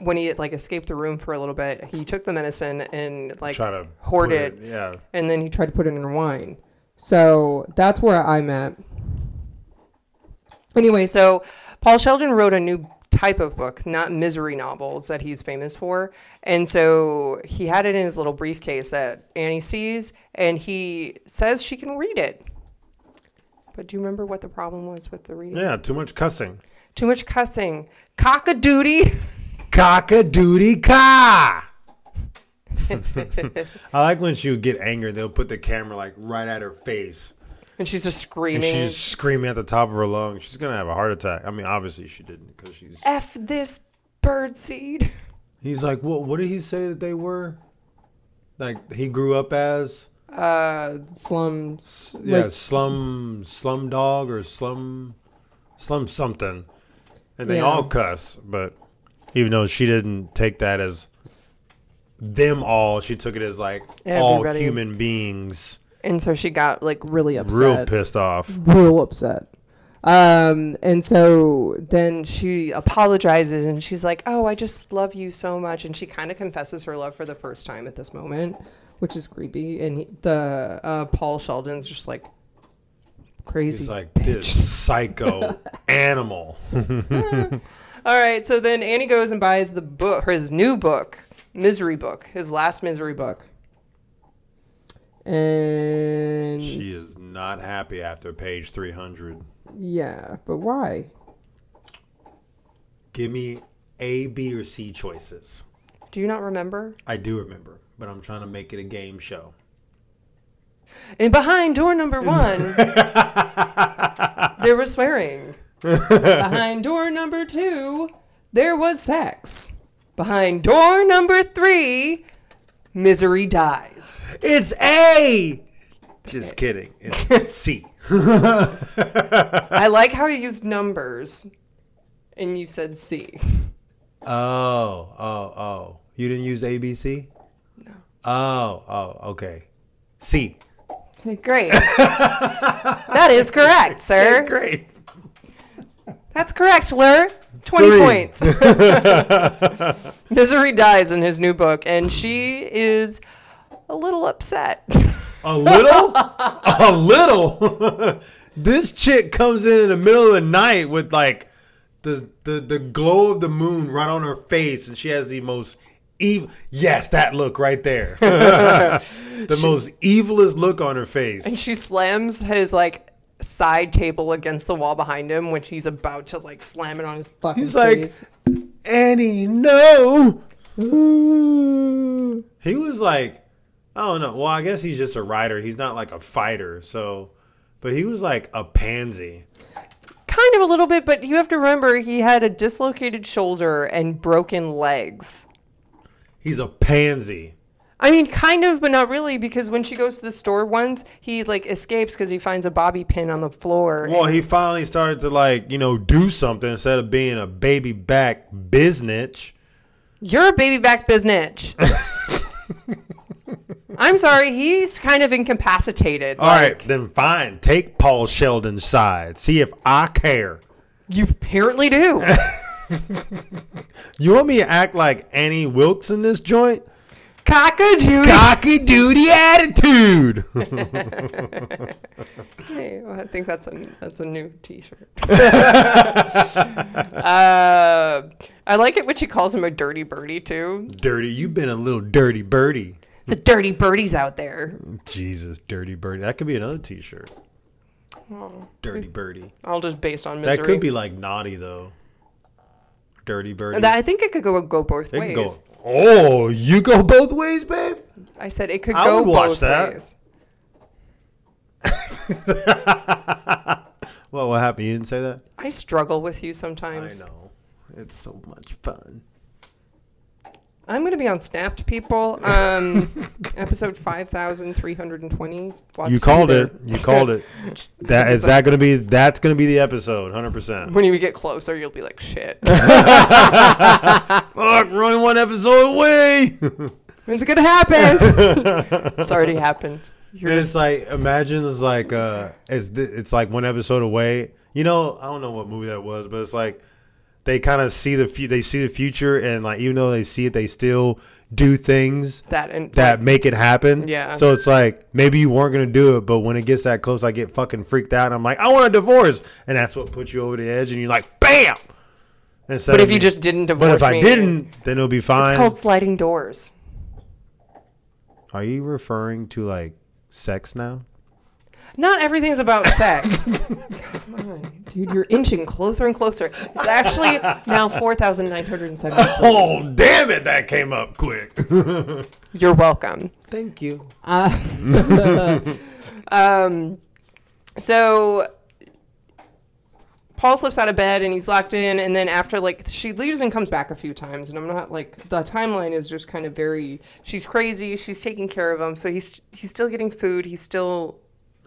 [SPEAKER 1] when he like escaped the room for a little bit. He took the medicine and like
[SPEAKER 2] Try to
[SPEAKER 1] hoard
[SPEAKER 2] put
[SPEAKER 1] it,
[SPEAKER 2] Yeah.
[SPEAKER 1] and then he
[SPEAKER 3] tried to put it in wine. So that's where I'm at.
[SPEAKER 1] Anyway, so Paul Sheldon wrote a new type of book, not misery novels that he's famous for. And so he had it in his little briefcase that Annie sees, and he says she can read it. But do you remember what the problem was with the reading?
[SPEAKER 2] Yeah, too much cussing.
[SPEAKER 1] Too much cussing. Cock a doody.
[SPEAKER 2] Cock a doody ca. [LAUGHS] I like when she would get angry, they'll put the camera like right at her face.
[SPEAKER 1] [LAUGHS] And she's just
[SPEAKER 2] And
[SPEAKER 1] screaming,
[SPEAKER 2] she's screaming at the top of her lungs. She's going to have a heart attack. I mean, obviously she didn't because she's.
[SPEAKER 1] F this
[SPEAKER 2] [LAUGHS]
[SPEAKER 1] birdseed.
[SPEAKER 2] He's like, what, what did he say that they were? Like he grew up as?
[SPEAKER 3] Uh, slums.
[SPEAKER 2] yeah,
[SPEAKER 3] Like,
[SPEAKER 2] slum slum dog or slum slum something, and they
[SPEAKER 3] Yeah.
[SPEAKER 2] all cuss. But even though she didn't take that as them all, she took it as like all
[SPEAKER 1] Everybody.
[SPEAKER 2] human beings.
[SPEAKER 1] And so she got like
[SPEAKER 3] really
[SPEAKER 2] Real
[SPEAKER 3] upset.
[SPEAKER 2] pissed off.
[SPEAKER 3] Real upset.
[SPEAKER 1] Um, and so then she apologizes and she's like, Oh, I just love you so much. And she kind of confesses her love for the first time at this moment, which is creepy. And he, the uh, Paul Sheldon's just like crazy.
[SPEAKER 2] He's like this
[SPEAKER 3] [LAUGHS]
[SPEAKER 2] psycho animal.
[SPEAKER 1] All right. So then Annie goes and buys the book, his new book, misery book, his last misery book.
[SPEAKER 3] And
[SPEAKER 2] She is not happy after page three hundred.
[SPEAKER 3] yeah, but why?
[SPEAKER 2] Give me A, B, or C choices.
[SPEAKER 1] Do you not remember?
[SPEAKER 2] I do remember, but I'm trying to make it a game show.
[SPEAKER 1] And behind door number one, there was swearing. Behind door number two, there was sex. Behind door number three, misery dies.
[SPEAKER 2] It's A. Just kidding. It's [LAUGHS] C.
[SPEAKER 1] I like how you used numbers and you said C.
[SPEAKER 2] Oh, oh, oh. You didn't use A, B, C? No. Oh, oh, okay. C.
[SPEAKER 1] Great. that is correct, sir.
[SPEAKER 2] Great.
[SPEAKER 1] That's correct, Lur. 20
[SPEAKER 2] Three.
[SPEAKER 1] points. [LAUGHS] misery dies in his new book, and she is a little upset.
[SPEAKER 2] A little? a little? [LAUGHS] this chick comes in in the middle of the night with like the, the, the glow of the moon right on her face, and she has the most evil. Yes, that look right there. [LAUGHS] the most evilest look on her face.
[SPEAKER 1] And she slams his like side table against the wall behind him, which he's about to like slam it on his.
[SPEAKER 3] Fucking
[SPEAKER 2] He's like-
[SPEAKER 3] face.
[SPEAKER 2] Annie, no.
[SPEAKER 3] Ooh.
[SPEAKER 2] He was like, I don't know. Well, I guess he's just a writer. He's not like a fighter. So, but he was like a pansy.
[SPEAKER 1] Kind of a little bit, but you have to remember he had a dislocated shoulder and broken legs.
[SPEAKER 2] He's a pansy.
[SPEAKER 1] I mean, kind of, but not really, because when she goes to the store once, he like escapes because he finds a bobby pin on the floor.
[SPEAKER 2] Well, he finally started to like, you know, do something instead of being a baby back biznitch.
[SPEAKER 1] You're a baby back
[SPEAKER 2] [LAUGHS]
[SPEAKER 1] biznitch. I'm sorry, he's kind of incapacitated.
[SPEAKER 2] All right, then fine. Take Paul Sheldon's side. See if I care.
[SPEAKER 1] You apparently do.
[SPEAKER 2] You want me to act like Annie Wilkes in this joint?
[SPEAKER 1] Cockadoo.
[SPEAKER 2] Cocky duty attitude.
[SPEAKER 1] Hey, well, I think that's a that's a new
[SPEAKER 2] [LAUGHS]
[SPEAKER 1] T-shirt. [LAUGHS] uh, I like it when she calls him a dirty birdie too.
[SPEAKER 2] dirty. You've been a little dirty birdie.
[SPEAKER 1] The dirty birdies out there.
[SPEAKER 2] Jesus, Dirty Birdie. That could be another T-shirt. Dirty Birdie.
[SPEAKER 1] All just based on
[SPEAKER 2] That
[SPEAKER 1] misery.
[SPEAKER 2] could be like naughty though. Dirty Birdie.
[SPEAKER 1] That, I think it could go, go both
[SPEAKER 2] They can go.
[SPEAKER 1] ways.
[SPEAKER 2] Oh, you go both ways, babe.
[SPEAKER 1] I said it could
[SPEAKER 2] I
[SPEAKER 1] go
[SPEAKER 2] would watch
[SPEAKER 1] both
[SPEAKER 2] that.
[SPEAKER 1] ways.
[SPEAKER 2] Well, what happened? You didn't say that.
[SPEAKER 1] I struggle with you
[SPEAKER 2] I
[SPEAKER 1] sometimes.
[SPEAKER 2] know. It's so much fun.
[SPEAKER 1] I'm going to be on Snapped, people. Um,
[SPEAKER 2] [LAUGHS]
[SPEAKER 1] episode 5,320. Watch
[SPEAKER 2] you called
[SPEAKER 1] there.
[SPEAKER 2] it. You called [LAUGHS] it. That is that going to be? That's going to be the episode. Hundred percent.
[SPEAKER 1] When you get closer, you'll be like, shit.
[SPEAKER 2] Fuck, we're only one episode away. [LAUGHS]
[SPEAKER 1] When's it going to happen? it's already happened. You're
[SPEAKER 2] And
[SPEAKER 1] just,
[SPEAKER 2] it's like imagine it's like uh it's th- it's like one episode away. You know, I don't know what movie that was, but it's like they kind of see the fu- they see the future and like even though they see it, they still do things
[SPEAKER 1] that and
[SPEAKER 2] that make it happen.
[SPEAKER 1] Yeah.
[SPEAKER 2] So it's like maybe you weren't gonna do it, but when it gets that close, I get fucking freaked out. And I'm like, I want a divorce, and that's what puts you over the edge. And you're like, bam. Instead
[SPEAKER 1] But
[SPEAKER 2] of
[SPEAKER 1] if you just didn't
[SPEAKER 2] but
[SPEAKER 1] divorce
[SPEAKER 2] if I
[SPEAKER 1] me-
[SPEAKER 2] didn't, then it'll be fine.
[SPEAKER 1] It's called sliding doors.
[SPEAKER 2] Are you referring to like sex now?
[SPEAKER 1] Not everything's
[SPEAKER 2] [LAUGHS]
[SPEAKER 1] about sex. Come on, dude, you're inching closer and closer. It's actually now 4,970.
[SPEAKER 2] Oh, damn it, that came
[SPEAKER 1] [LAUGHS]
[SPEAKER 2] up quick.
[SPEAKER 1] You're welcome.
[SPEAKER 2] Thank you.
[SPEAKER 1] Um, so Paul slips out of bed and he's locked in, and then after like she leaves and comes back a few times, and I'm not like the timeline is just kind of very. She's crazy. She's taking care of him, so he's he's still getting food. He's still.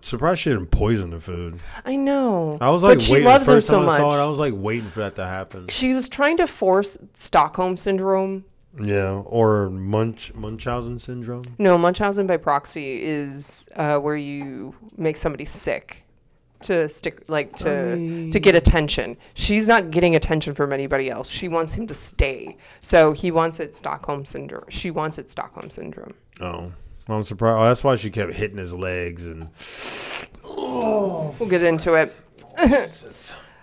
[SPEAKER 2] Surprised she didn't poison the food.
[SPEAKER 1] I know.
[SPEAKER 2] I was like,
[SPEAKER 1] but she
[SPEAKER 2] waiting,
[SPEAKER 1] loves
[SPEAKER 2] the
[SPEAKER 1] him
[SPEAKER 2] first
[SPEAKER 1] so
[SPEAKER 2] time I
[SPEAKER 1] much.
[SPEAKER 2] saw it, I was like waiting for that to happen.
[SPEAKER 1] she was trying to force Stockholm syndrome.
[SPEAKER 2] Yeah, or Munch Munchausen syndrome.
[SPEAKER 1] No, Munchausen by proxy is uh, where you make somebody sick to stick, like to to get attention. She's not getting attention from anybody else. She wants him to stay. So he wants it Stockholm syndrome. She wants it Stockholm syndrome.
[SPEAKER 2] Oh, I'm surprised. Oh, that's why she kept hitting his legs and
[SPEAKER 1] We'll get into it.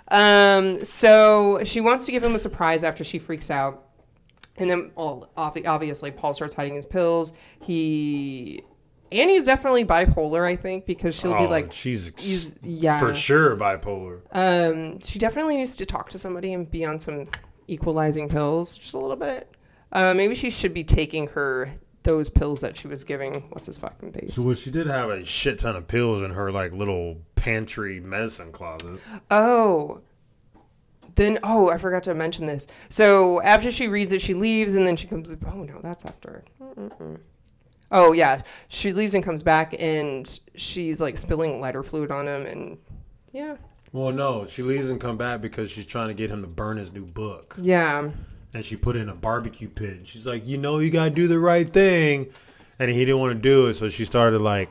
[SPEAKER 1] Um, so she wants to give him a surprise after she freaks out. And then, well, obvi- obviously, Paul starts hiding his pills. He. Annie's definitely bipolar, I think, because she'll be
[SPEAKER 2] Oh,
[SPEAKER 1] like.
[SPEAKER 2] she's ex-
[SPEAKER 1] "He's- yeah.
[SPEAKER 2] for sure bipolar.
[SPEAKER 1] Um, she definitely needs to talk to somebody and be on some equalizing pills just a little bit. Uh, maybe she should be taking her those pills that she was giving. What's his fucking face?
[SPEAKER 2] well, she did have a shit ton of pills in her like little pantry medicine closet.
[SPEAKER 1] Oh. Then oh, I forgot to mention this. So after she reads it, she leaves, and then she comes. Oh no, that's after. Mm-mm-mm. Oh yeah, she leaves and comes back, and she's like spilling lighter fluid on him, and yeah,
[SPEAKER 2] Well, no, she leaves and come back because she's trying to get him to burn his new book.
[SPEAKER 1] yeah.
[SPEAKER 2] and she put it in a barbecue pit. And she's like, you know, you gotta do the right thing, and he didn't want to do it, so she started like,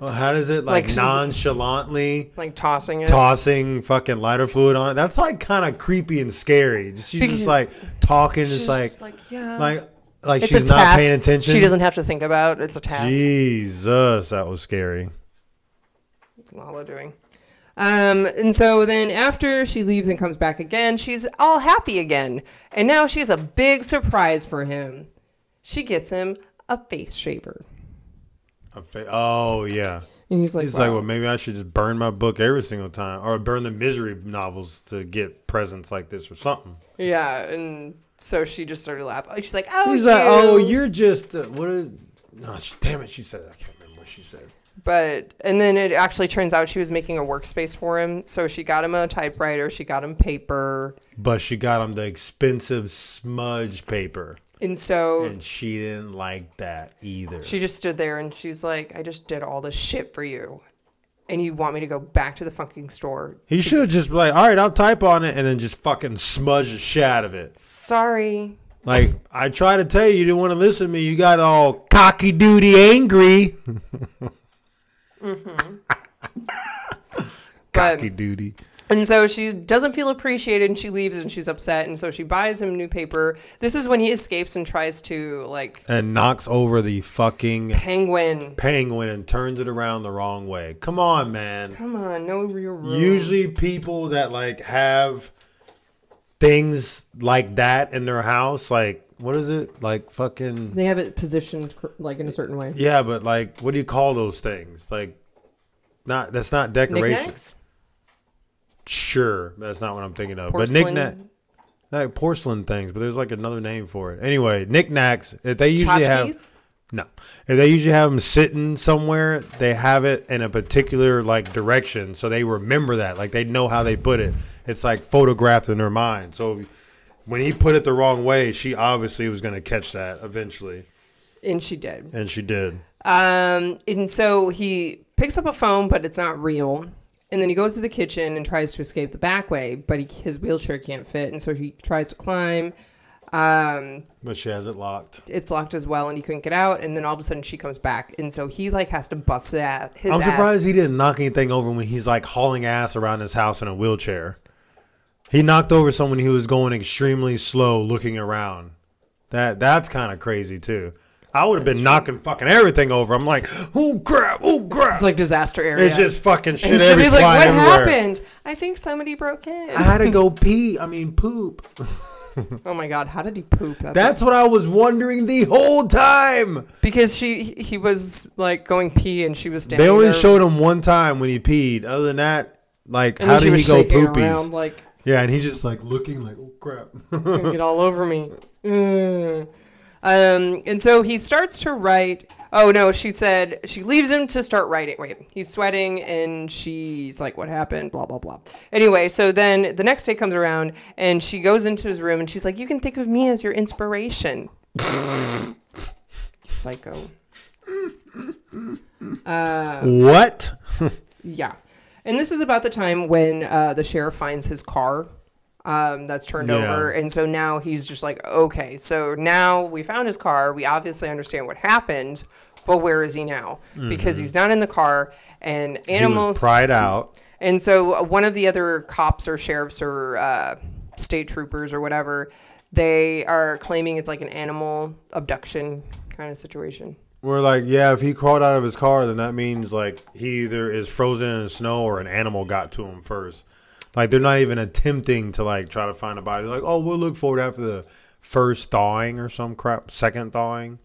[SPEAKER 2] well, how does it
[SPEAKER 1] Like
[SPEAKER 2] like,
[SPEAKER 1] she's-
[SPEAKER 2] nonchalantly
[SPEAKER 1] Like tossing it.
[SPEAKER 2] tossing fucking lighter fluid on it? That's like kind of creepy and scary. She's
[SPEAKER 1] Because-
[SPEAKER 2] just like talking, just
[SPEAKER 1] She's
[SPEAKER 2] like,
[SPEAKER 1] like, uh, yeah.
[SPEAKER 2] like, like she's not paying attention.
[SPEAKER 1] She doesn't have to think about it. it's a task.
[SPEAKER 2] Jesus, that was scary.
[SPEAKER 1] Lala doing. Um, and so then after she leaves and comes back again, she's all happy again. And now she has a big surprise for him. She gets him a face shaver.
[SPEAKER 2] A fa- Oh yeah.
[SPEAKER 1] And he's like,
[SPEAKER 2] He's
[SPEAKER 1] wow.
[SPEAKER 2] like, well, maybe I should just burn my book every single time, or burn the misery novels to get presents like this or something.
[SPEAKER 1] yeah. And so she just started laughing. She's like, oh,
[SPEAKER 2] He's
[SPEAKER 1] you.
[SPEAKER 2] like, oh, you're just uh, what is? No, she, damn it, she said. I can't remember what she said.
[SPEAKER 1] But and then it actually turns out she was making a workspace for him. So she got him a typewriter. She got him paper.
[SPEAKER 2] But she got him the expensive smudge paper,
[SPEAKER 1] And so
[SPEAKER 2] and she didn't like that either.
[SPEAKER 1] She just stood there and she's like, I just did all this shit for you. And you want me to go back to the fucking store.
[SPEAKER 2] he should have just been like, all right, I'll type on it, and then just fucking smudge the shit out of it.
[SPEAKER 1] Sorry.
[SPEAKER 2] Like I tried to tell you, you didn't want to listen to me. You got all cocky duty angry.
[SPEAKER 1] But,
[SPEAKER 2] Cocky duty.
[SPEAKER 1] and so she doesn't feel appreciated and she leaves and she's upset. And so she buys him new paper. This is when he escapes and tries to, like,
[SPEAKER 2] And knocks over the fucking
[SPEAKER 1] penguin.
[SPEAKER 2] penguin and turns it around the wrong way. Come on, man.
[SPEAKER 1] Come on, no real room.
[SPEAKER 2] usually people that like have things like that in their house like what is it like fucking
[SPEAKER 3] They have it positioned cor- like in a certain way.
[SPEAKER 2] yeah but like what do you call those things like not that's not decoration
[SPEAKER 1] Knickknacks?
[SPEAKER 2] sure that's not what i'm thinking of
[SPEAKER 1] Porcelain?
[SPEAKER 2] but knickknack like porcelain things, but there's like another name for it. Anyway, knickknacks. If they usually
[SPEAKER 1] Tchotchkes?
[SPEAKER 2] have no, if they usually have them sitting somewhere, they have it in a particular like direction, so they remember that. Like they know how they put it. It's like photographed in their mind. So when he put it the wrong way, she obviously was going to catch that eventually,
[SPEAKER 1] And she did.
[SPEAKER 2] and she did.
[SPEAKER 1] Um, and so he picks up a phone, but it's not real. And then he goes to the kitchen and tries to escape the back way, but he, his wheelchair can't fit. And so he tries to climb. Um,
[SPEAKER 2] But she has it locked.
[SPEAKER 1] it's locked as well, and he couldn't get out. And then all of a sudden, she comes back, and so he like has to bust his ass. His
[SPEAKER 2] I'm
[SPEAKER 1] ass.
[SPEAKER 2] surprised he didn't knock anything over when he's like hauling ass around his house in a wheelchair. He knocked over someone who was going extremely slow looking around. That that's kind of crazy too. I would have been knocking fucking everything over. I'm like, oh crap, oh crap.
[SPEAKER 1] It's like disaster area.
[SPEAKER 2] it's just fucking shit
[SPEAKER 1] and she'll
[SPEAKER 2] every
[SPEAKER 1] be like,
[SPEAKER 2] flying
[SPEAKER 1] "What
[SPEAKER 2] everywhere."
[SPEAKER 1] happened? I think somebody broke in."
[SPEAKER 2] I had to go pee. I mean
[SPEAKER 1] [LAUGHS]
[SPEAKER 2] poop.
[SPEAKER 1] oh my god, how did he poop? That's,
[SPEAKER 2] That's what I was wondering the whole time.
[SPEAKER 1] because she he was like going pee, and she was standing.
[SPEAKER 2] They only
[SPEAKER 1] there,
[SPEAKER 2] showed him one time when he peed. Other than that, like
[SPEAKER 1] and
[SPEAKER 2] how
[SPEAKER 1] then she
[SPEAKER 2] did he
[SPEAKER 1] was
[SPEAKER 2] go
[SPEAKER 1] shaking
[SPEAKER 2] poopies?
[SPEAKER 1] around like
[SPEAKER 2] Yeah, and he just like looking like, oh crap.
[SPEAKER 1] it's gonna get all over me. Ugh. Um, and so he starts to write. Oh no, she said she leaves him to start writing. Wait, he's sweating and she's like, "What happened?" Blah blah blah. Anyway, so then the next day comes around and she goes into his room and she's like, "You can think of me as your inspiration." [LAUGHS] Psycho.
[SPEAKER 2] what?
[SPEAKER 1] Yeah. And this is about the time when uh, the sheriff finds his car um, that's turned
[SPEAKER 2] Yeah.
[SPEAKER 1] over. And so now he's just like, okay, so now we found his car. We obviously understand what happened, but where is he now? Because he's not in the car and
[SPEAKER 2] Mm-hmm. He
[SPEAKER 1] animals.
[SPEAKER 2] was pried out.
[SPEAKER 1] And so one of the other cops or sheriffs or uh, state troopers or whatever, they are claiming it's like an animal abduction kind of situation.
[SPEAKER 2] We're like, yeah, if he crawled out of his car, then that means like he either is frozen in the snow or an animal got to him first. Like they're not even attempting to like try to find a body. Like, oh, we'll look for it after the first thawing or some crap, second thawing.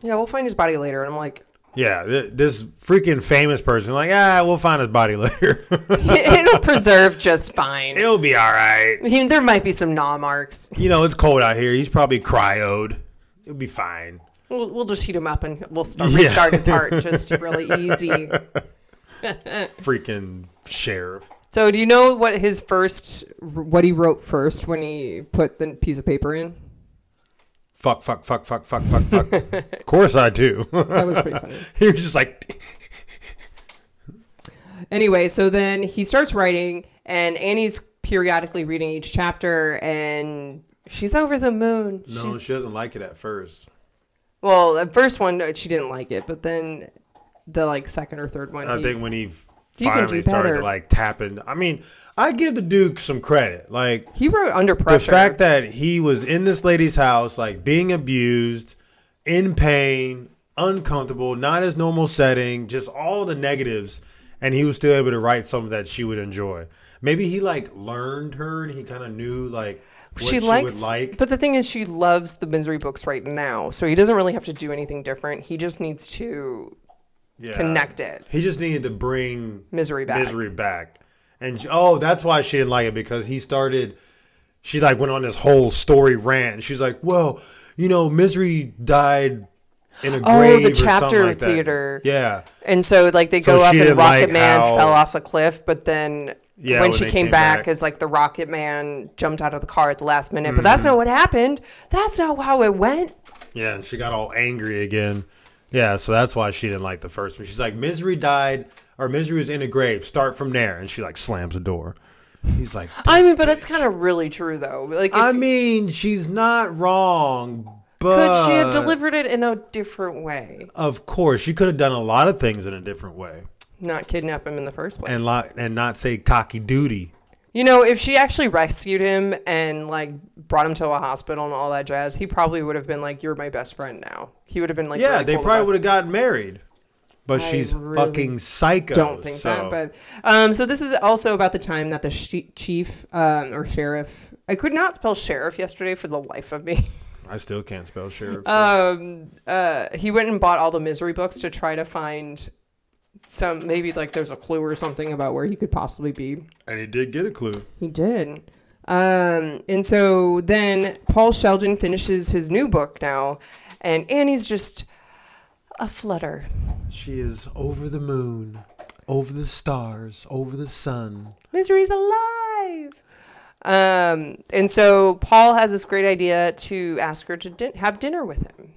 [SPEAKER 1] Yeah, we'll find his body later. And I'm like, [LAUGHS]
[SPEAKER 2] Yeah, th- this freaking famous person, like, ah, we'll find his body [LAUGHS] later.
[SPEAKER 1] it'll preserve just fine.
[SPEAKER 2] It'll be all right.
[SPEAKER 1] I mean, there might be some gnaw marks.
[SPEAKER 2] You know, it's cold out here. He's probably cryoed. It'll be fine.
[SPEAKER 1] We'll, we'll just heat him up and we'll start,
[SPEAKER 2] Yeah.
[SPEAKER 1] restart his heart
[SPEAKER 2] [LAUGHS]
[SPEAKER 1] just really easy.
[SPEAKER 2] Freaking sheriff.
[SPEAKER 1] So, do you know what his first, what he wrote first when he put the piece of paper in?
[SPEAKER 2] Fuck, fuck, fuck, fuck, fuck, fuck, fuck.
[SPEAKER 1] [LAUGHS]
[SPEAKER 2] of course I do. [LAUGHS]
[SPEAKER 3] That was pretty funny.
[SPEAKER 2] he was just like,
[SPEAKER 1] Anyway, so then he starts writing, and Annie's periodically reading each chapter, and she's over the moon.
[SPEAKER 2] no,
[SPEAKER 1] she's,
[SPEAKER 2] she doesn't like it at first.
[SPEAKER 1] Well, the first one, uh, she didn't like it, but then the like second or third one,
[SPEAKER 2] I
[SPEAKER 1] he-
[SPEAKER 2] think when he
[SPEAKER 1] You can do
[SPEAKER 2] finally started
[SPEAKER 1] better.
[SPEAKER 2] like tapping, I mean, I give the Duke some credit. Like
[SPEAKER 1] he wrote under
[SPEAKER 2] the
[SPEAKER 1] pressure.
[SPEAKER 2] fact that he was in this lady's house, like being abused, in pain, uncomfortable, not his normal setting, just all the negatives, and he was still able to write something that she would enjoy. Maybe he like learned her and he kind of knew like what she,
[SPEAKER 1] likes,
[SPEAKER 2] would like.
[SPEAKER 1] but the thing is, she loves the misery books right now, so he doesn't really have to do anything different. He just needs to
[SPEAKER 2] Yeah.
[SPEAKER 1] connect it.
[SPEAKER 2] He just needed to bring
[SPEAKER 1] Misery back.
[SPEAKER 2] Misery back. And she- oh, that's why she didn't like it because he started. She like went on this whole story rant. and She's like, well, you know, misery died in a
[SPEAKER 1] Oh,
[SPEAKER 2] grave
[SPEAKER 1] the
[SPEAKER 2] or something
[SPEAKER 1] chapter
[SPEAKER 2] like that.
[SPEAKER 1] theater.
[SPEAKER 2] Yeah,
[SPEAKER 1] And so, like, they
[SPEAKER 2] So
[SPEAKER 1] go up
[SPEAKER 2] she
[SPEAKER 1] and
[SPEAKER 2] didn't
[SPEAKER 1] Rocket
[SPEAKER 2] like
[SPEAKER 1] Man
[SPEAKER 2] how-
[SPEAKER 1] fell off the cliff, but then
[SPEAKER 2] Yeah,
[SPEAKER 1] when,
[SPEAKER 2] when
[SPEAKER 1] she
[SPEAKER 2] they
[SPEAKER 1] came,
[SPEAKER 2] came
[SPEAKER 1] back,
[SPEAKER 2] back.
[SPEAKER 1] is like the Rocket Man jumped out of the car at the last minute. But
[SPEAKER 2] Mm-hmm.
[SPEAKER 1] that's not what happened. That's not how it went.
[SPEAKER 2] yeah. And she got all angry again. Yeah, so that's why she didn't like the first one. She's like, misery died or misery was in a grave. Start from there. And she like slams the door. He's like,
[SPEAKER 1] I mean, but that's kind of really true, though. Like, if,
[SPEAKER 2] I mean, she's not wrong, but
[SPEAKER 1] could she
[SPEAKER 2] uh
[SPEAKER 1] have delivered it in a different way?
[SPEAKER 2] Of course, she could have done a lot of things in a different way,
[SPEAKER 1] Not kidnap him in the first place.
[SPEAKER 2] and lot and not say cocky duty.
[SPEAKER 1] You know, if she actually rescued him and like brought him to a hospital and all that jazz, he probably would have been like, "You're my best friend now." He would have been like,
[SPEAKER 2] Yeah,
[SPEAKER 1] really
[SPEAKER 2] they
[SPEAKER 1] cool
[SPEAKER 2] probably
[SPEAKER 1] about
[SPEAKER 2] would have gotten married, but
[SPEAKER 1] I
[SPEAKER 2] she's
[SPEAKER 1] really
[SPEAKER 2] fucking psycho.
[SPEAKER 1] Don't think that,
[SPEAKER 2] so-
[SPEAKER 1] but um, so this is also about the time that the sh- chief um, or sheriff. I could not spell sheriff yesterday for the life of me. [LAUGHS]
[SPEAKER 2] I still can't spell sheriff.
[SPEAKER 1] Um, uh, he went and bought all the misery books to try to find some maybe like there's a clue or something about where he could possibly be.
[SPEAKER 2] and he did get a clue.
[SPEAKER 1] He did. Um, and so then Paul Sheldon finishes his new book now, and Annie's just a flutter.
[SPEAKER 2] She is over the moon, over the stars, over the sun.
[SPEAKER 1] Misery's alive. Um, and so Paul has this great idea to ask her to din- have dinner with him.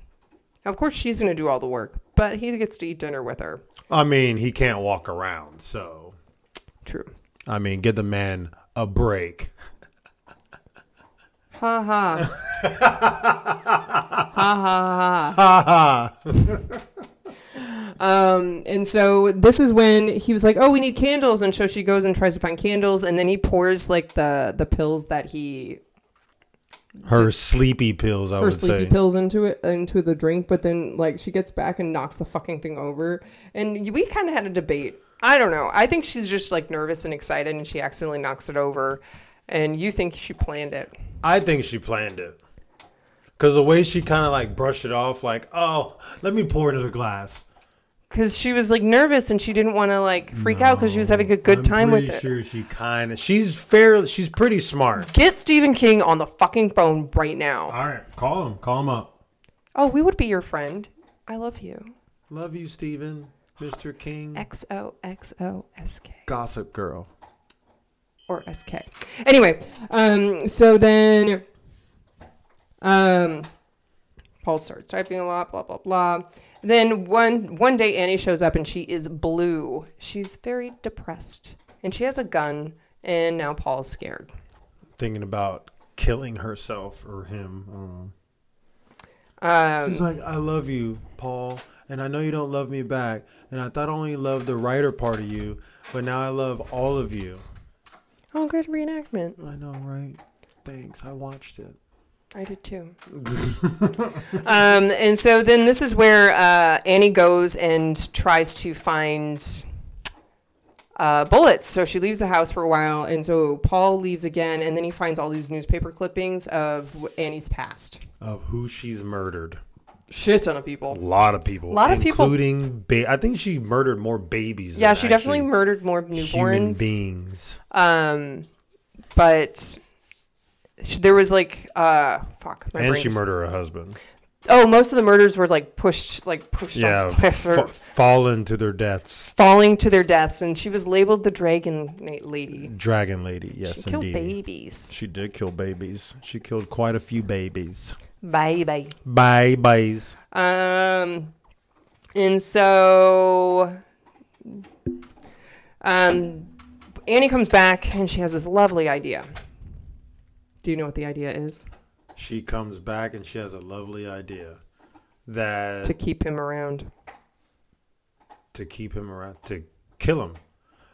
[SPEAKER 1] Now, of course, she's going to do all the work, but he gets to eat dinner with her.
[SPEAKER 2] I mean, he can't walk around, so
[SPEAKER 1] True.
[SPEAKER 2] I mean, give the man a break.
[SPEAKER 1] Ha ha. Um, and so this is when he was like, "Oh, we need candles," and so she goes and tries to find candles, and then he pours like the the pills that he
[SPEAKER 2] Her sleepy pills, I
[SPEAKER 3] her
[SPEAKER 2] would
[SPEAKER 3] sleepy
[SPEAKER 2] say.
[SPEAKER 3] pills into it into the drink, but then like she gets back and knocks the fucking thing over.
[SPEAKER 1] and we kind of had a debate. I don't know. I think she's just like nervous and excited, and she accidentally knocks it over. And you think she planned it?
[SPEAKER 2] I think she planned it. Because the way she kind of like brushed it off, like, oh, let me pour into the glass.
[SPEAKER 1] because she was like nervous and she didn't want to like freak out because she was having a good
[SPEAKER 2] I'm
[SPEAKER 1] time
[SPEAKER 2] pretty
[SPEAKER 1] with it.
[SPEAKER 2] sure she kind of, she's fairly, she's pretty smart.
[SPEAKER 1] Get Stephen King on the fucking phone right now.
[SPEAKER 2] All right, call him. Call him up.
[SPEAKER 1] Oh, we would be your friend. I love you.
[SPEAKER 2] Love you, Steven. Mr. King.
[SPEAKER 1] XOXOSK
[SPEAKER 2] Gossip Girl.
[SPEAKER 1] or SK. Anyway, um, so then um, Paul starts typing a lot, blah, blah, blah. Then one, one day Annie shows up and she is blue. She's very depressed and she has a gun, and now Paul's scared.
[SPEAKER 2] Thinking about killing herself or him. I don't know.
[SPEAKER 1] Um,
[SPEAKER 2] She's like, I love you, Paul, and I know you don't love me back. And I thought I only loved the writer part of you, but now I love all of you.
[SPEAKER 1] oh, good reenactment.
[SPEAKER 2] I know, right? Thanks. I watched it.
[SPEAKER 1] I did too. [LAUGHS] um, and so then this is where uh, Annie goes and tries to find uh, bullets. So she leaves the house for a while, and so Paul leaves again, and then he finds all these newspaper clippings of w- Annie's past.
[SPEAKER 2] Of who she's murdered.
[SPEAKER 1] Shit ton of
[SPEAKER 2] A
[SPEAKER 1] people.
[SPEAKER 2] lot of people. A
[SPEAKER 1] Lot of people-
[SPEAKER 2] Including, ba- I think she murdered more babies.
[SPEAKER 1] Yeah,
[SPEAKER 2] than
[SPEAKER 1] she definitely
[SPEAKER 2] actually
[SPEAKER 1] murdered more
[SPEAKER 2] human
[SPEAKER 1] newborns.
[SPEAKER 2] beings.
[SPEAKER 1] Um, but sh- there was like, uh, fuck, my
[SPEAKER 2] and
[SPEAKER 1] brain.
[SPEAKER 2] she
[SPEAKER 1] just-
[SPEAKER 2] murdered her husband.
[SPEAKER 1] oh, most of the murders were like pushed, like pushed off a cliff or
[SPEAKER 2] fa- fallen to their deaths.
[SPEAKER 1] falling to their deaths, and she was labeled the dragon na- lady.
[SPEAKER 2] Dragon Lady, yes,
[SPEAKER 1] She killed
[SPEAKER 2] indeed.
[SPEAKER 1] babies.
[SPEAKER 2] She did kill babies. She killed quite a few babies.
[SPEAKER 1] Baby.
[SPEAKER 2] Babies.
[SPEAKER 1] Um, and so, um, Annie comes back and she has this lovely idea. Do you know what the idea is?
[SPEAKER 2] She comes back and she has a lovely idea that
[SPEAKER 1] To
[SPEAKER 2] to,
[SPEAKER 1] keep him around.
[SPEAKER 2] keep him around, to kill him.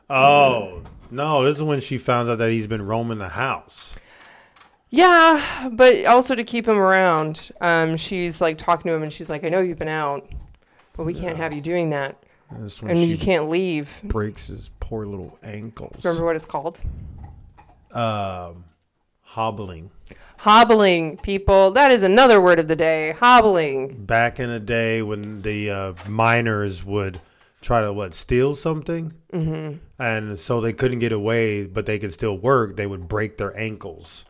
[SPEAKER 2] Oh, no, this is when she found out that he's been roaming the house.
[SPEAKER 1] Yeah, but also to keep him around. Um, she's like talking to him and she's like, I know you've been out, but we can't have you doing that.
[SPEAKER 2] And That's when
[SPEAKER 1] And
[SPEAKER 2] she
[SPEAKER 1] you can't leave.
[SPEAKER 2] breaks his poor little ankles.
[SPEAKER 1] Remember what it's called?
[SPEAKER 2] Um, hobbling.
[SPEAKER 1] Hobbling, people. That is another word of the day. Hobbling.
[SPEAKER 2] Back in the day when the uh, miners would try to, what, steal something? Mm-hmm. And so they couldn't get away, but they could still work. They would break their ankles.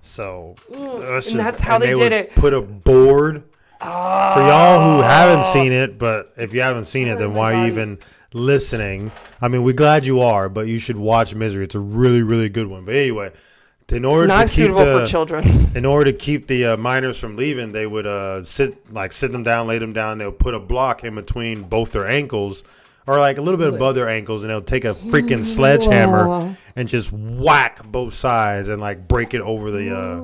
[SPEAKER 2] So that's
[SPEAKER 1] Mm, and that's how they did
[SPEAKER 2] would
[SPEAKER 1] it. Oh.
[SPEAKER 2] Put a board for y'all who haven't seen it, but if you haven't seen it, then why are you even listening? I mean, we're glad you are, but you should watch Misery. It's a really, really good one. But anyway, in order to
[SPEAKER 1] Not
[SPEAKER 2] keep
[SPEAKER 1] suitable
[SPEAKER 2] the,
[SPEAKER 1] for children.
[SPEAKER 2] in order to keep the uh, miners from leaving, they would uh, sit like sit them down, lay them down. They'll put a block in between both their ankles, or like a little bit above their ankles, and they'll take a freaking sledgehammer and just whack both sides and like break it over the. Uh,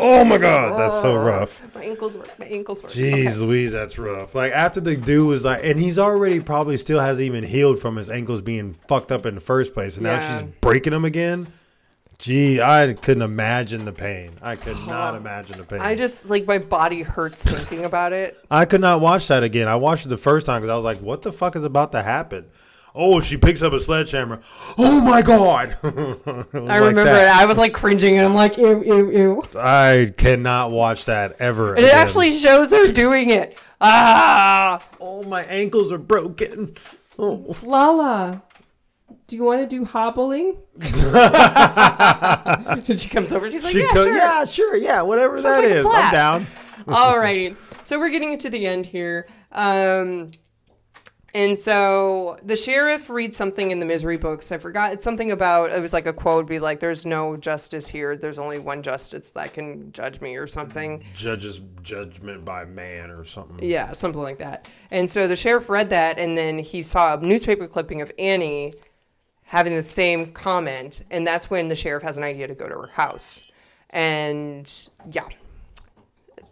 [SPEAKER 2] oh my god, that's so rough.
[SPEAKER 1] My ankles were. My ankles were.
[SPEAKER 2] Jeez
[SPEAKER 1] Okay.
[SPEAKER 2] Louise, that's rough. Like after the dude was like, and he's already probably still hasn't even healed from his ankles being fucked up in the first place, and now
[SPEAKER 1] Yeah.
[SPEAKER 2] she's breaking them again. Gee, I couldn't imagine the pain. I could not imagine the pain.
[SPEAKER 1] I just like my body hurts thinking about it.
[SPEAKER 2] I could not watch that again. I watched it the first time because I was like, what the fuck is about to happen? Oh, she picks up a sledgehammer. Oh my god! [LAUGHS] I
[SPEAKER 1] I remember it. I was like cringing, and I'm like, ew, ew, ew.
[SPEAKER 2] I cannot watch that ever.
[SPEAKER 1] And it actually shows her doing it. Ah,
[SPEAKER 2] Oh, my ankles are broken. Oh.
[SPEAKER 3] Lala, Do you want to do
[SPEAKER 1] [LAUGHS]
[SPEAKER 2] [LAUGHS]
[SPEAKER 3] hobbling?
[SPEAKER 1] she comes over. She's like,
[SPEAKER 2] She
[SPEAKER 1] yeah,
[SPEAKER 2] co-
[SPEAKER 1] sure.
[SPEAKER 2] yeah, sure, yeah, whatever
[SPEAKER 1] Sounds
[SPEAKER 2] that
[SPEAKER 1] like a
[SPEAKER 2] is,
[SPEAKER 1] blast.
[SPEAKER 2] I'm down.
[SPEAKER 1] Alrighty. So we're getting to the end here. Um, and so the sheriff reads something in the misery books. I forgot. It's something about, it was like a quote, be like, there's no justice here. There's only one justice that can judge me or something.
[SPEAKER 2] Judges judgment by man or something.
[SPEAKER 1] Yeah, something like that. And so the sheriff read that and then he saw a newspaper clipping of Annie having the same comment. And that's when the sheriff has an idea to go to her house. And yeah.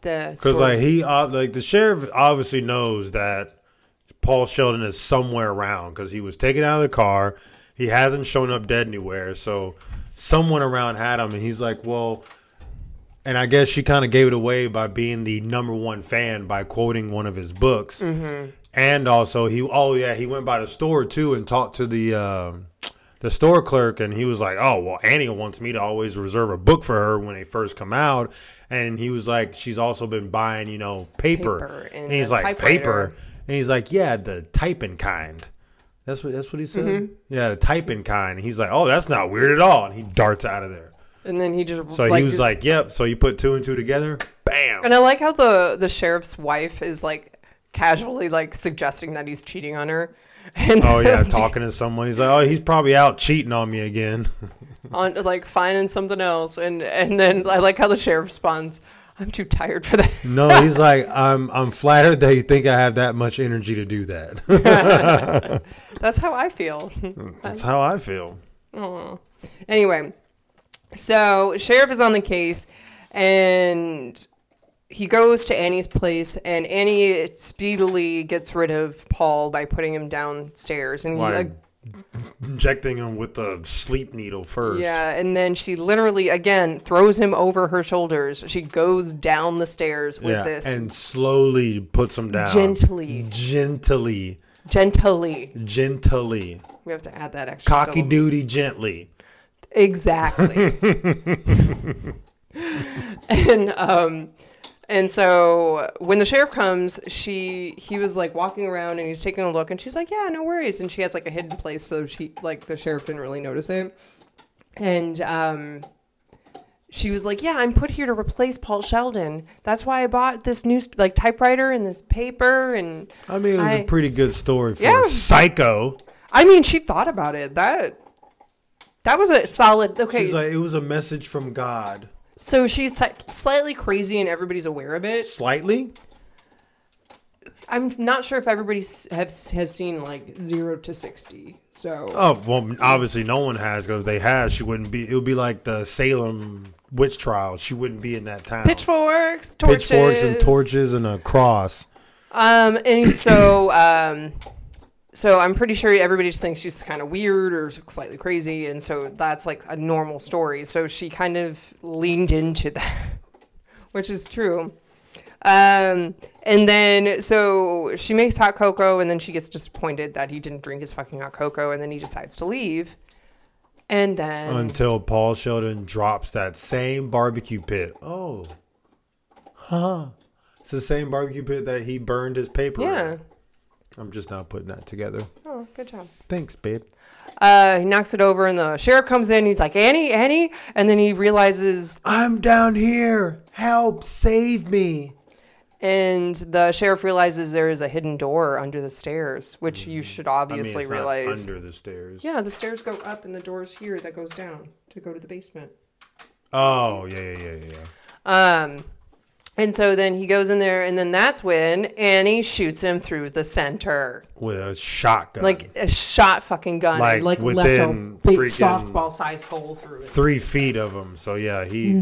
[SPEAKER 1] The
[SPEAKER 2] Because
[SPEAKER 1] story-
[SPEAKER 2] like he, ob- like the sheriff, obviously knows that Paul Sheldon is somewhere around because he was taken out of the car. He hasn't shown up dead anywhere, so someone around had him, and he's like, "Well," and I guess she kind of gave it away by being the number one fan by quoting one of his books,
[SPEAKER 1] Mm-hmm.
[SPEAKER 2] and also he, oh yeah, he went by the store too and talked to the. um the store clerk and he was like, "Oh, well, Annie wants me to always reserve a book for her when they first come out." And he was like, "She's also been buying, you know, paper."
[SPEAKER 1] Paper
[SPEAKER 2] and,
[SPEAKER 1] and
[SPEAKER 2] he's
[SPEAKER 1] a
[SPEAKER 2] like,
[SPEAKER 1] typewriter.
[SPEAKER 2] "Paper." And he's like, "Yeah, the typing kind." That's what that's what he said.
[SPEAKER 1] Mm-hmm.
[SPEAKER 2] Yeah, the typing kind. And he's like, "Oh, that's not weird at all." And he darts out of there.
[SPEAKER 1] and then he just
[SPEAKER 2] So he was like, "Yep." So you put two and two together. Bam.
[SPEAKER 1] And I like how the the sheriff's wife is like casually like suggesting that he's cheating on her. [LAUGHS] And [LAUGHS]
[SPEAKER 2] Oh yeah, talking to someone. He's like, "Oh, he's probably out cheating on me again." [LAUGHS]
[SPEAKER 1] on like finding something else and and then I like how the sheriff responds, I'm too tired for that. [LAUGHS]
[SPEAKER 2] No, he's like, I'm I'm flattered that you think I have that much energy to do that. [LAUGHS]
[SPEAKER 1] That's how I feel. [LAUGHS]
[SPEAKER 2] That's how I feel.
[SPEAKER 1] anyway, so sheriff is on the case and he goes to Annie's place and Annie speedily gets rid of Paul by putting him downstairs and he
[SPEAKER 2] Like
[SPEAKER 1] like,
[SPEAKER 2] injecting him with a sleep needle first.
[SPEAKER 1] Yeah, and then she literally again throws him over her shoulders. She goes down the stairs with
[SPEAKER 2] Yeah,
[SPEAKER 1] this
[SPEAKER 2] and uh, slowly puts him down.
[SPEAKER 1] Gently.
[SPEAKER 2] Gently.
[SPEAKER 1] gently.
[SPEAKER 2] Gently.
[SPEAKER 1] We have to add that extra.
[SPEAKER 2] Cocky
[SPEAKER 1] syllable.
[SPEAKER 2] duty gently.
[SPEAKER 1] Exactly. and um and so when the sheriff comes, she he was like walking around and he's taking a look and she's like, "Yeah, no worries." And she has like a hidden place so she like the sheriff didn't really notice it. And um she was like, "Yeah, I'm put here to replace Paul Sheldon. That's why I bought this new like typewriter and this paper and
[SPEAKER 2] I mean, it was a
[SPEAKER 1] I-
[SPEAKER 2] pretty good story for
[SPEAKER 1] Yeah.
[SPEAKER 2] a psycho.
[SPEAKER 1] I mean, she thought about it. That that was a solid okay.
[SPEAKER 2] He's like, it was a message from God.
[SPEAKER 1] So she's si- slightly crazy and everybody's aware of it.
[SPEAKER 2] Slightly?
[SPEAKER 1] I'm not sure if everybody s- has, has seen like 0 to 60. So
[SPEAKER 2] Oh, well, obviously no one has because they have. She wouldn't be. It would be like the Salem witch trial. She wouldn't be in that town.
[SPEAKER 1] pitchforks, torches.
[SPEAKER 2] Pitchforks and torches and a cross.
[SPEAKER 1] Um, and so, um, so I'm pretty sure everybody just thinks she's kind of weird or slightly crazy. And so that's like a normal story. So she kind of leaned into [LAUGHS] that, which is true. Um, and then, so she makes hot cocoa and then she gets disappointed that he didn't drink his fucking hot cocoa. And then he decides to leave. And then,
[SPEAKER 2] Until Paul Sheldon drops that same barbecue pit. Oh, huh? It's the same barbecue pit that he burned his paper. in.
[SPEAKER 1] yeah.
[SPEAKER 2] I'm just not putting that together.
[SPEAKER 1] Oh, good job.
[SPEAKER 2] Thanks, babe.
[SPEAKER 1] Uh, he knocks it over and the sheriff comes in. He's like, Annie, Annie. And then he realizes
[SPEAKER 2] I'm down here. Help! Save me!
[SPEAKER 1] And the sheriff realizes there is a hidden door under the stairs, which you
[SPEAKER 2] Mm-hmm.
[SPEAKER 1] should obviously realize.
[SPEAKER 2] under the stairs.
[SPEAKER 1] yeah, the stairs go up and the door's here that goes down to go to the basement.
[SPEAKER 2] Oh yeah yeah yeah yeah. yeah.
[SPEAKER 1] Um and so then he goes in there and then that's when Annie shoots him through the center.
[SPEAKER 2] With a shotgun.
[SPEAKER 1] Like a shot fucking gun.
[SPEAKER 2] Like,
[SPEAKER 1] like
[SPEAKER 2] within
[SPEAKER 3] big
[SPEAKER 2] freaking
[SPEAKER 1] softball sized hole through
[SPEAKER 2] [LAUGHS]
[SPEAKER 1] it.
[SPEAKER 2] three feet of him. So yeah, he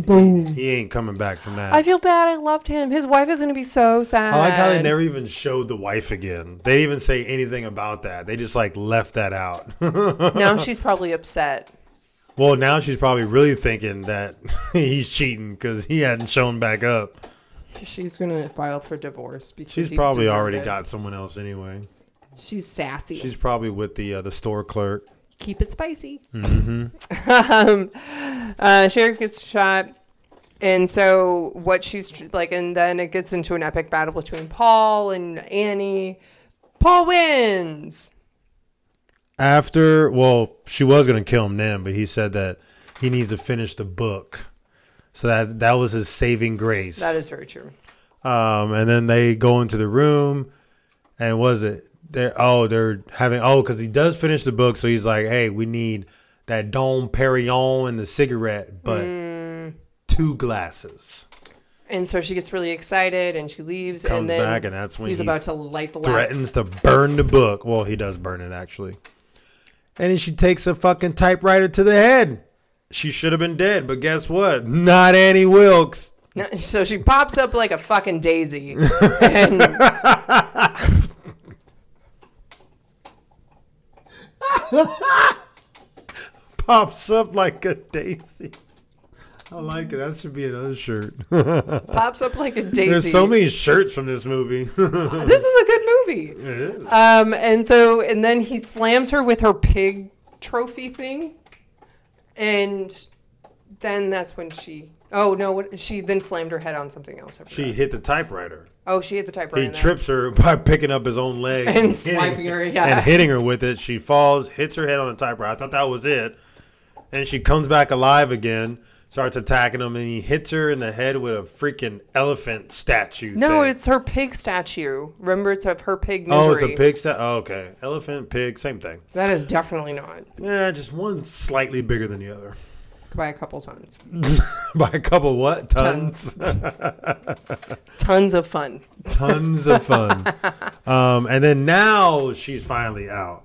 [SPEAKER 2] he ain't coming back from that.
[SPEAKER 1] I feel bad. I loved him. His wife is gonna be so sad.
[SPEAKER 2] I like how they never even showed the wife again. They didn't even say anything about that. They just like left that out. [LAUGHS]
[SPEAKER 1] now she's probably upset.
[SPEAKER 2] well, now she's probably really thinking that [LAUGHS] he's cheating because he hadn't shown back up.
[SPEAKER 1] She's gonna file for divorce because
[SPEAKER 2] She's
[SPEAKER 1] he
[SPEAKER 2] probably
[SPEAKER 1] deserved
[SPEAKER 2] already
[SPEAKER 1] it.
[SPEAKER 2] got someone else anyway.
[SPEAKER 3] She's sassy.
[SPEAKER 2] She's probably with the uh, the store clerk.
[SPEAKER 1] keep it spicy. [LAUGHS] um, uh, Sherry gets shot. And so, what she's tr- like, and then it gets into an epic battle between Paul and Annie. Paul wins.
[SPEAKER 2] after, well, she was going to kill him then, but he said that he needs to finish the book. So that that was his saving grace.
[SPEAKER 1] That is very true.
[SPEAKER 2] Um, and then they go into the room, and was it? They're oh, they're having oh, because he does finish the book, so he's like, hey, we need that Dom Perignon and the cigarette, but two glasses.
[SPEAKER 1] And so she gets really excited and she leaves.
[SPEAKER 2] Comes
[SPEAKER 1] and then
[SPEAKER 2] back and that's when
[SPEAKER 1] he's
[SPEAKER 2] he
[SPEAKER 1] about to light the last.
[SPEAKER 2] Threatens to burn the book. Well, he does burn it actually, and then she takes a fucking typewriter to the head. She should have been dead, but guess what? Not Annie Wilkes.
[SPEAKER 1] No, So she pops up like a fucking
[SPEAKER 2] [LAUGHS]
[SPEAKER 1] daisy. and
[SPEAKER 2] pops up like a [LAUGHS] daisy. I like it. That should be another shirt.
[SPEAKER 1] pops up like a daisy.
[SPEAKER 2] There's so many shirts from this movie. [LAUGHS]
[SPEAKER 1] This is a good movie. Um, and so, and then he slams her with her pig trophy thing, and then that's when she. Oh no! What, she then slammed her head on something else. After
[SPEAKER 2] she
[SPEAKER 1] that.
[SPEAKER 2] hit the typewriter.
[SPEAKER 1] Oh, she hit the typewriter.
[SPEAKER 2] He
[SPEAKER 1] and that-
[SPEAKER 2] trips her by picking up his own leg
[SPEAKER 1] And
[SPEAKER 2] hitting-
[SPEAKER 1] swiping her, yeah.
[SPEAKER 2] and hitting her with it. She falls, hits her head on the typewriter. I thought that was it, and she comes back alive again. Starts attacking him, and he hits her in the head with a freaking elephant statue.
[SPEAKER 1] No,
[SPEAKER 2] thing.
[SPEAKER 1] it's her pig statue. Remember, it's of her pig misery.
[SPEAKER 2] oh, it's a pig statue. Oh, okay, elephant, pig, same thing.
[SPEAKER 1] That is definitely not
[SPEAKER 2] Yeah, just one slightly bigger than the other [LAUGHS]
[SPEAKER 1] by a couple tons.
[SPEAKER 2] by a couple what tons.
[SPEAKER 1] [LAUGHS] Tons of fun.
[SPEAKER 2] tons of
[SPEAKER 1] [LAUGHS]
[SPEAKER 2] fun. um, and then now she's finally out.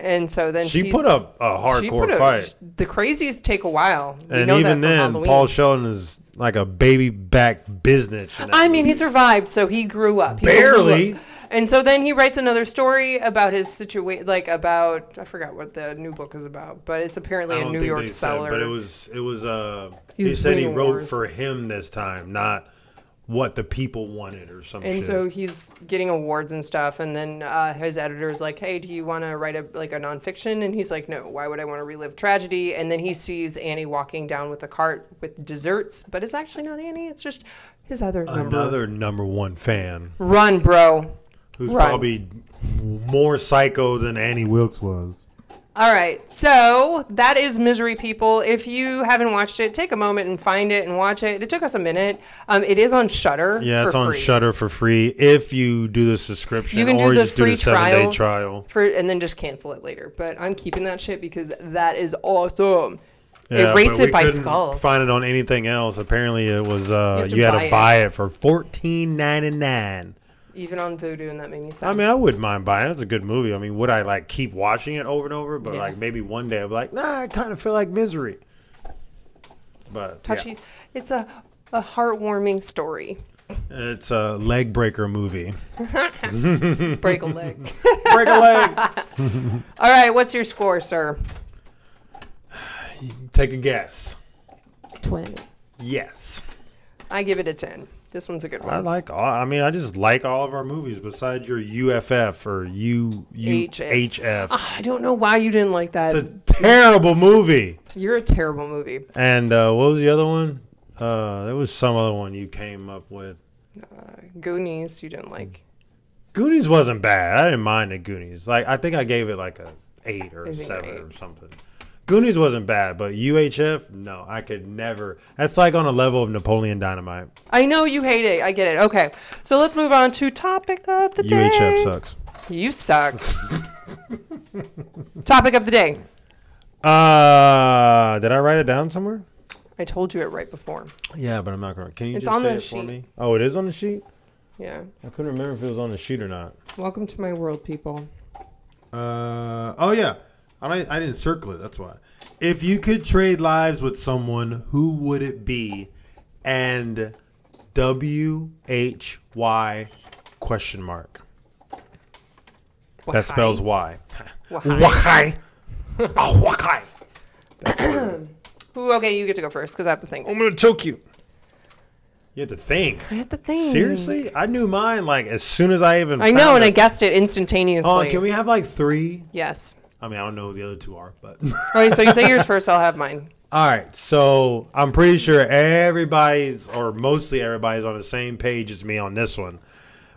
[SPEAKER 1] And so then
[SPEAKER 2] She
[SPEAKER 1] she's-
[SPEAKER 2] put up a
[SPEAKER 1] she
[SPEAKER 2] hardcore
[SPEAKER 1] put a-
[SPEAKER 2] fight,
[SPEAKER 1] The crazies take a while. We
[SPEAKER 2] and
[SPEAKER 1] know that
[SPEAKER 2] even
[SPEAKER 1] from
[SPEAKER 2] then,
[SPEAKER 1] Halloween.
[SPEAKER 2] Paul Sheldon is like a baby back business. in that
[SPEAKER 1] I mean,
[SPEAKER 2] movie.
[SPEAKER 1] he survived, so he grew up. He
[SPEAKER 2] Barely.
[SPEAKER 1] blew up. And so then he writes another story about his situation, like about I forgot what the new book is about, but it's apparently
[SPEAKER 2] I
[SPEAKER 1] a
[SPEAKER 2] don't
[SPEAKER 1] New
[SPEAKER 2] think
[SPEAKER 1] York
[SPEAKER 2] they said,
[SPEAKER 1] seller.
[SPEAKER 2] but it was it was. Uh,
[SPEAKER 1] He
[SPEAKER 2] he
[SPEAKER 1] was
[SPEAKER 2] said he
[SPEAKER 1] winning
[SPEAKER 2] wrote
[SPEAKER 1] awards.
[SPEAKER 2] for him this time, not what the people wanted or something.
[SPEAKER 1] and so he's getting awards and stuff, and then uh, his editor is like, "Hey, do you want to write a like a nonfiction?" And he's like, "No, why would I want to relive tragedy?" And then he sees Annie walking down with a cart with desserts, but it's actually not Annie; it's just his other number.
[SPEAKER 2] another number one fan
[SPEAKER 1] Run, bro.
[SPEAKER 2] who's
[SPEAKER 1] Right.
[SPEAKER 2] probably more psycho than Annie Wilkes was.
[SPEAKER 1] All right, so that is Misery People. If you haven't watched it, take a moment and find it and watch it. It took us a minute. Um, it is on Shutter.
[SPEAKER 2] Yeah,
[SPEAKER 1] for
[SPEAKER 2] it's on
[SPEAKER 1] free.
[SPEAKER 2] Shutter for free if you do the subscription
[SPEAKER 1] You can do
[SPEAKER 2] or
[SPEAKER 1] the
[SPEAKER 2] just do
[SPEAKER 1] free
[SPEAKER 2] the seven
[SPEAKER 1] trial.
[SPEAKER 2] day trial.
[SPEAKER 1] for, and then just cancel it later. But I'm keeping that shit because that is awesome.
[SPEAKER 2] Yeah,
[SPEAKER 1] it rates
[SPEAKER 2] but
[SPEAKER 1] it
[SPEAKER 2] we
[SPEAKER 1] by
[SPEAKER 2] couldn't
[SPEAKER 1] skulls.
[SPEAKER 2] Find it on anything else. Apparently, it was uh,
[SPEAKER 1] have to
[SPEAKER 2] you, had
[SPEAKER 1] buy
[SPEAKER 2] to
[SPEAKER 1] it.
[SPEAKER 2] buy it, for fourteen ninety nine.
[SPEAKER 1] even on Voodoo, and that made me sad.
[SPEAKER 2] I mean, I wouldn't mind buying. it. It's a good movie. I mean, would I like keep watching it over and over? But like
[SPEAKER 1] Yes.
[SPEAKER 2] maybe one day, I'd be like, nah, I kind of feel like misery. But
[SPEAKER 1] touchy.
[SPEAKER 2] yeah.
[SPEAKER 1] It's a, a heartwarming story.
[SPEAKER 2] it's a leg
[SPEAKER 1] [LAUGHS]
[SPEAKER 2] breaker movie.
[SPEAKER 1] Break a leg. [LAUGHS]
[SPEAKER 2] Break a leg.
[SPEAKER 1] All right, what's your score, sir?
[SPEAKER 2] Take a guess.
[SPEAKER 1] Twenty.
[SPEAKER 2] Yes.
[SPEAKER 1] I give it a ten. This one's a good
[SPEAKER 2] I
[SPEAKER 1] one.
[SPEAKER 2] like all. I mean, I just like all of our movies besides your UFF or U U
[SPEAKER 1] HF.
[SPEAKER 2] H F.
[SPEAKER 1] Ah, I don't know why you didn't like that.
[SPEAKER 2] It's a terrible movie.
[SPEAKER 1] You're a terrible movie.
[SPEAKER 2] And uh, what was the other one? Uh, there was some other one you came up with.
[SPEAKER 1] Goonies you didn't like.
[SPEAKER 2] Goonies wasn't bad. I didn't mind the Goonies. Like I think I gave it like a eight or
[SPEAKER 1] I
[SPEAKER 2] a
[SPEAKER 1] think
[SPEAKER 2] seven
[SPEAKER 1] eight.
[SPEAKER 2] or something. Goonies wasn't bad, but UHF, no, I could never. That's like on a level of Napoleon Dynamite.
[SPEAKER 1] I know you hate it. I get it. Okay. So let's move on to topic of the day.
[SPEAKER 2] UHF sucks.
[SPEAKER 1] You suck. [LAUGHS] topic of the day.
[SPEAKER 2] Uh, did I write it down somewhere?
[SPEAKER 1] I told you it right before.
[SPEAKER 2] Yeah, but I'm not gonna. Can you
[SPEAKER 1] It's
[SPEAKER 2] just
[SPEAKER 1] on
[SPEAKER 2] say
[SPEAKER 1] the
[SPEAKER 2] it for
[SPEAKER 1] sheet.
[SPEAKER 2] me? Oh, it is on the sheet.
[SPEAKER 1] Yeah.
[SPEAKER 2] I couldn't remember if it was on the sheet or not.
[SPEAKER 3] Welcome to my world, people.
[SPEAKER 2] Uh, oh yeah, I don't- I didn't circle it. That's why. If you could trade lives with someone, who would it be? And W H Y question mark. That spells why.
[SPEAKER 1] Wahai.
[SPEAKER 2] Why? Oh, why?
[SPEAKER 1] Ooh, okay, you get to go first because I have to think.
[SPEAKER 2] I'm gonna choke you. You have to think.
[SPEAKER 1] Oh, I have to think.
[SPEAKER 2] Seriously, I knew mine. Like as soon as I even.
[SPEAKER 1] I know,
[SPEAKER 2] found
[SPEAKER 1] and I
[SPEAKER 2] it.
[SPEAKER 1] guessed it instantaneously.
[SPEAKER 2] Oh, can we have like three?
[SPEAKER 1] Yes.
[SPEAKER 2] I mean, I don't know who the other two are, but. [LAUGHS]
[SPEAKER 1] Okay, so you say yours first, I'll have mine.
[SPEAKER 2] All right, so I'm pretty sure everybody's, or mostly everybody's, on the same page as me on this one.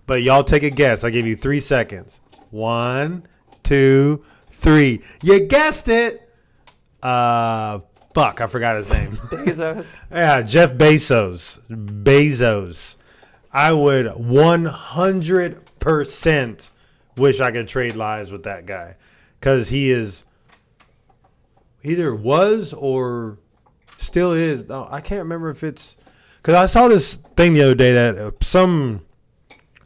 [SPEAKER 2] But y'all take a guess. I give you three seconds. One, two, three. You guessed it. Uh, fuck, I forgot his name. [LAUGHS]
[SPEAKER 1] Bezos.
[SPEAKER 2] Yeah, Jeff Bezos. Bezos. I would 100% wish I could trade lives with that guy because he is either was or still is. No, I can't remember if it's because I saw this thing the other day that uh, some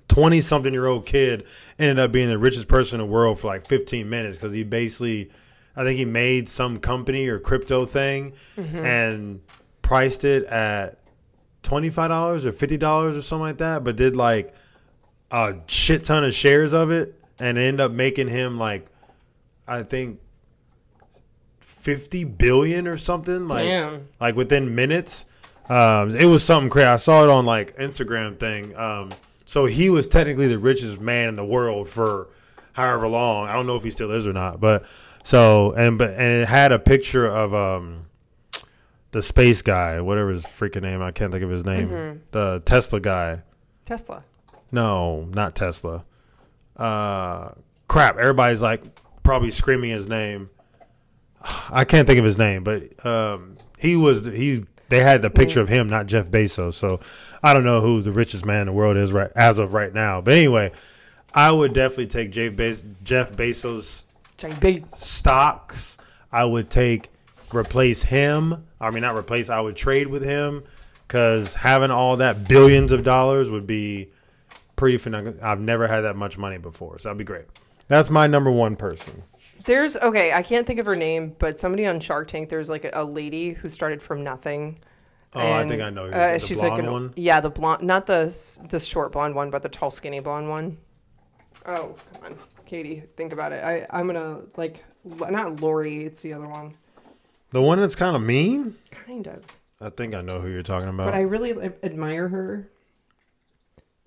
[SPEAKER 2] 20 something year old kid ended up being the richest person in the world for like 15 minutes because he basically, I think he made some company or crypto thing and priced it at $25 or $50 or something like that, but did like a shit ton of shares of it and it ended up making him like, I think. 50 billion or something like
[SPEAKER 1] Damn.
[SPEAKER 2] like within minutes um, it was something crazy. I saw it on like Instagram thing. Um, so he was technically the richest man in the world for however long. I don't know if he still is or not, but so and but and it had a picture of um the space guy, whatever his freaking name. I can't think of his name. The Tesla guy.
[SPEAKER 1] Tesla.
[SPEAKER 2] No, not Tesla. Uh, crap. Everybody's like probably screaming his name. I can't think of his name, but um, he was he. They had the picture of him, not Jeff Bezos. So I don't know who the richest man in the world is right as of right now. But anyway, I would definitely take Jeff, Bez- Jeff Bezos
[SPEAKER 1] JB.
[SPEAKER 2] stocks. I would take replace him. I mean, not replace. I would trade with him because having all that billions of dollars would be pretty phenomenal. I've never had that much money before, so that'd be great. That's my number one person.
[SPEAKER 1] There's okay, I can't think of her name, but somebody on Shark Tank. There's like a, a lady who started from nothing. uh,
[SPEAKER 2] Oh, I think I know who- the blonde one?
[SPEAKER 1] yeah, the blonde, not the s- the short blonde one, but the tall skinny blonde one. Oh come on, Katie, think about it. I I'm gonna like l- not Lori, it's the other one,
[SPEAKER 2] The one that's kind of mean.
[SPEAKER 1] kind of.
[SPEAKER 2] I think I know who you're talking about.
[SPEAKER 1] But I really li- admire her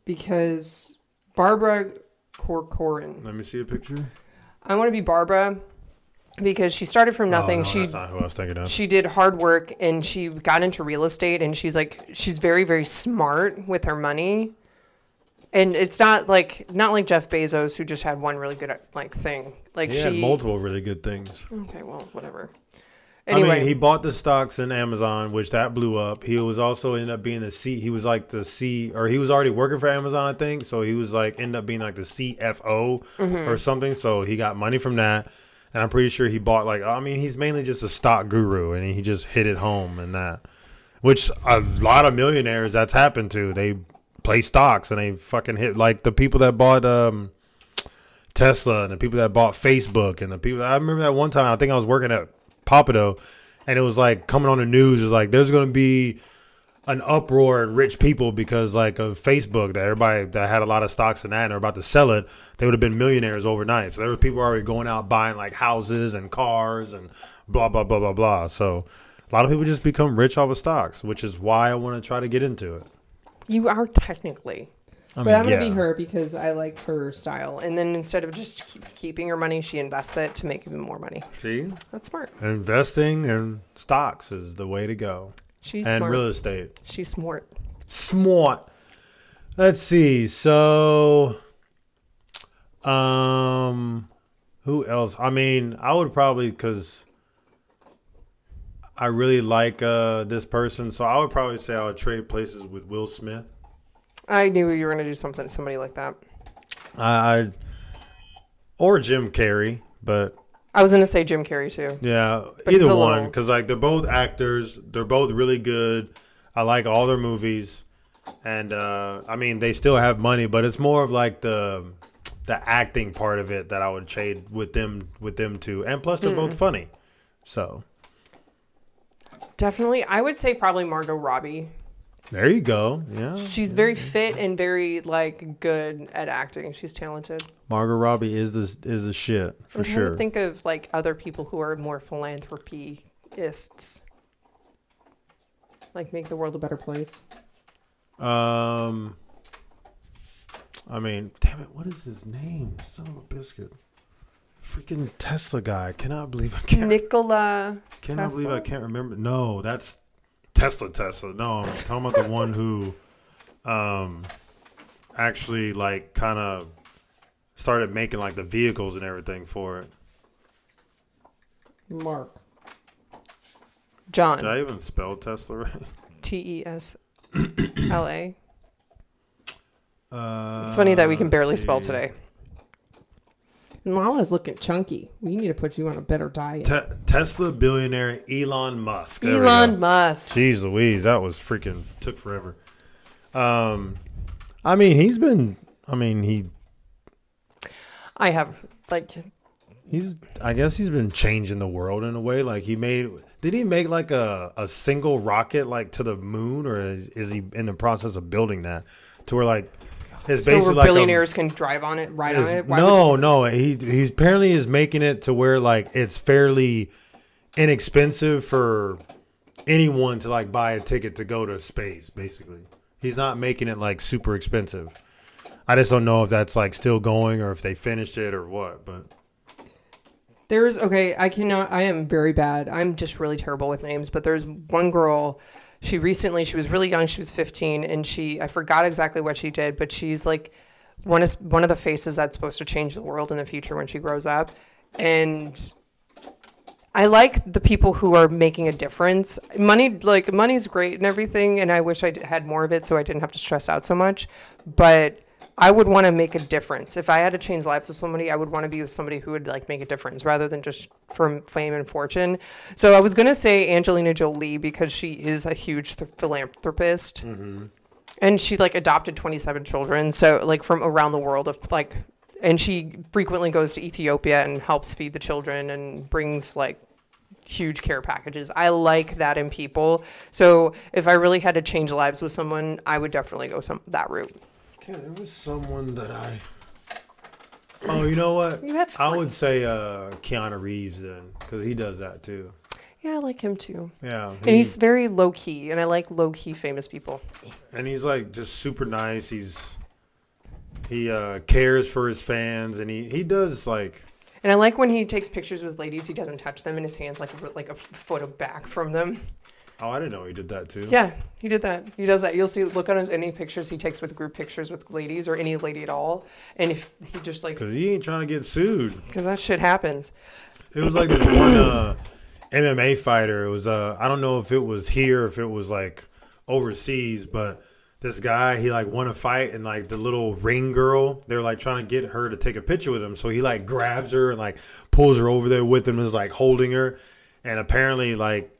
[SPEAKER 1] because Barbara Corcoran.
[SPEAKER 2] Let me see a picture.
[SPEAKER 1] I want to be Barbara because she started from nothing.
[SPEAKER 2] Oh, no,
[SPEAKER 1] she
[SPEAKER 2] that's not who I was thinking of.
[SPEAKER 1] she did hard work and she got into real estate and she's like she's very very smart with her money and it's not like not like jeff bezos who just had one really good like thing like
[SPEAKER 2] He
[SPEAKER 1] she
[SPEAKER 2] had multiple really good things.
[SPEAKER 1] okay well whatever anyway
[SPEAKER 2] I mean, he bought the stocks in Amazon, which that blew up. He was also ended up being the C. He was like the C, or he was already working for Amazon, I think. So he was like ended up being like the CFO or something. So he got money from that, and I'm pretty sure he bought like. I mean, he's mainly just a stock guru, and he just hit it home and that, which a lot of millionaires that's happened to. They play stocks and they fucking hit like the people that bought. um Tesla and the people that bought Facebook and the people. I remember that one time. I think I was working at Papado, and it was like coming on the news. It was like there's going to be an uproar in rich people because like of Facebook that everybody that had a lot of stocks in that and are about to sell it, they would have been millionaires overnight. So there were people already going out buying like houses and cars and blah blah blah blah blah. So a lot of people just become rich off of stocks, which is why I want to try to get into it.
[SPEAKER 1] you are technically
[SPEAKER 3] but I'm gonna be
[SPEAKER 2] yeah.
[SPEAKER 3] her because I like her style.
[SPEAKER 1] style and then instead of just keep, keeping her money she invests it to make even more money
[SPEAKER 2] See,
[SPEAKER 1] that's smart
[SPEAKER 2] investing in stocks is the way to go.
[SPEAKER 1] she's
[SPEAKER 2] and
[SPEAKER 1] smart
[SPEAKER 2] real estate.
[SPEAKER 1] she's smart
[SPEAKER 2] Smart. Let's see. So, um, who else? I mean, I would probably because I really like uh this person, so I would probably say I would trade places with Will Smith.
[SPEAKER 1] i knew you were going to do something somebody like that
[SPEAKER 2] I, I or Jim Carrey, but
[SPEAKER 1] i was going to say jim carrey too
[SPEAKER 2] Yeah,
[SPEAKER 1] he's
[SPEAKER 2] either
[SPEAKER 1] a
[SPEAKER 2] one
[SPEAKER 1] little-
[SPEAKER 2] because like they're both actors. They're both really good. I like all their movies, and uh, I mean they still have money, but it's more of like the the acting part of it that I would trade with them with them two. And plus, they're
[SPEAKER 1] Hmm.
[SPEAKER 2] both funny. So
[SPEAKER 1] definitely i would say probably margot robbie
[SPEAKER 2] there you go. Yeah,
[SPEAKER 1] She's very
[SPEAKER 2] Mm-hmm.
[SPEAKER 1] fit and very like good at acting. She's talented.
[SPEAKER 2] Margot Robbie is the is the shit for
[SPEAKER 1] I'm trying to think of like other people who are more philanthropists, like make the world a better
[SPEAKER 3] Better place.
[SPEAKER 2] Um, I mean, damn it, what is his name? Son of a biscuit. Freaking Tesla guy! I cannot believe I can't.
[SPEAKER 1] Nikola.
[SPEAKER 2] Cannot believe I
[SPEAKER 1] Tesla?
[SPEAKER 2] can't remember. No, that's Tesla. Tesla. No, I'm talking
[SPEAKER 1] [LAUGHS]
[SPEAKER 2] about the one who, um, actually like kind of started making like the vehicles and everything for it.
[SPEAKER 3] Mark.
[SPEAKER 2] Did
[SPEAKER 1] John.
[SPEAKER 2] I even spell Tesla right?
[SPEAKER 1] T E S L
[SPEAKER 2] [CLEARS THROAT]
[SPEAKER 1] A.
[SPEAKER 2] Uh,
[SPEAKER 1] It's funny that we can barely
[SPEAKER 2] let's
[SPEAKER 1] spell
[SPEAKER 2] see.
[SPEAKER 1] today.
[SPEAKER 3] Lala's looking chunky. We need to put you on a better diet.
[SPEAKER 2] [LAUGHS] Te- Tesla billionaire Elon Musk. There we go.
[SPEAKER 1] Elon Musk.
[SPEAKER 2] Jeez Louise, that was freaking took forever. Um, I mean, he's been. I mean, he
[SPEAKER 1] I have like
[SPEAKER 2] he's. I guess he's been changing the world in a way. Like he made. Did he make like a a single rocket like to the moon, or is, is he in the process of building that to where like his
[SPEAKER 1] so
[SPEAKER 2] basically
[SPEAKER 1] where
[SPEAKER 2] like a-
[SPEAKER 1] billionaires can drive on it, ride
[SPEAKER 2] is-
[SPEAKER 1] on it. Why would
[SPEAKER 2] no, no, he he apparently is making it to where like it's fairly inexpensive for anyone to like buy a ticket to go to space. Basically, he's not making it like super expensive. I just don't know if that's like still going or if they finished it or what. But
[SPEAKER 1] There's okay, I cannot I am very bad. I'm just really terrible with names, but there's one girl she recently she was really young, she was 15 and she I forgot exactly what she did, but she's like one of one of the faces that's supposed to change the world in the future when she grows up. And I like the people who are making a difference. Money, like money's great and everything, and I wish I d- had more of it so I didn't have to stress out so much. But I would want to make a difference. If I had to change lives with somebody, I would want to be with somebody who would like make a difference rather than just from fame and fortune. So I was gonna say Angelina Jolie because she is a huge th- philanthropist, and she like adopted twenty seven children. So like from around the world of like. And she frequently goes to Ethiopia and helps feed the children and brings like huge care packages. I like that in people. So if I really had to change lives with someone, I would definitely go some that route.
[SPEAKER 2] okay, there was someone that I. Oh, you know what?
[SPEAKER 1] You have
[SPEAKER 2] I would say uh, Keanu Reeves then, because he does that too.
[SPEAKER 1] Yeah, I like him too.
[SPEAKER 2] Yeah,
[SPEAKER 1] And he's very low key, and I like low key famous people.
[SPEAKER 2] and he's like just super nice. He's he uh, cares for his fans, and he he does like
[SPEAKER 1] And I like when he takes pictures with ladies, he doesn't touch them, and his hands like r- like a f- foot back from them.
[SPEAKER 2] oh I didn't know he did that too.
[SPEAKER 1] Yeah, he did that. He does that. You'll see. Look on his, any pictures he takes with group pictures with ladies or any lady at all, and if he just like
[SPEAKER 2] because he ain't trying to get sued.
[SPEAKER 1] because that shit happens.
[SPEAKER 2] It was like this one uh, MMA fighter. It was uh I don't know if it was here, if it was like overseas, but this guy he like won a fight and like the little ring girl they're like trying to get her to take a picture with him so he like grabs her and like pulls her over there with him is like holding her and apparently like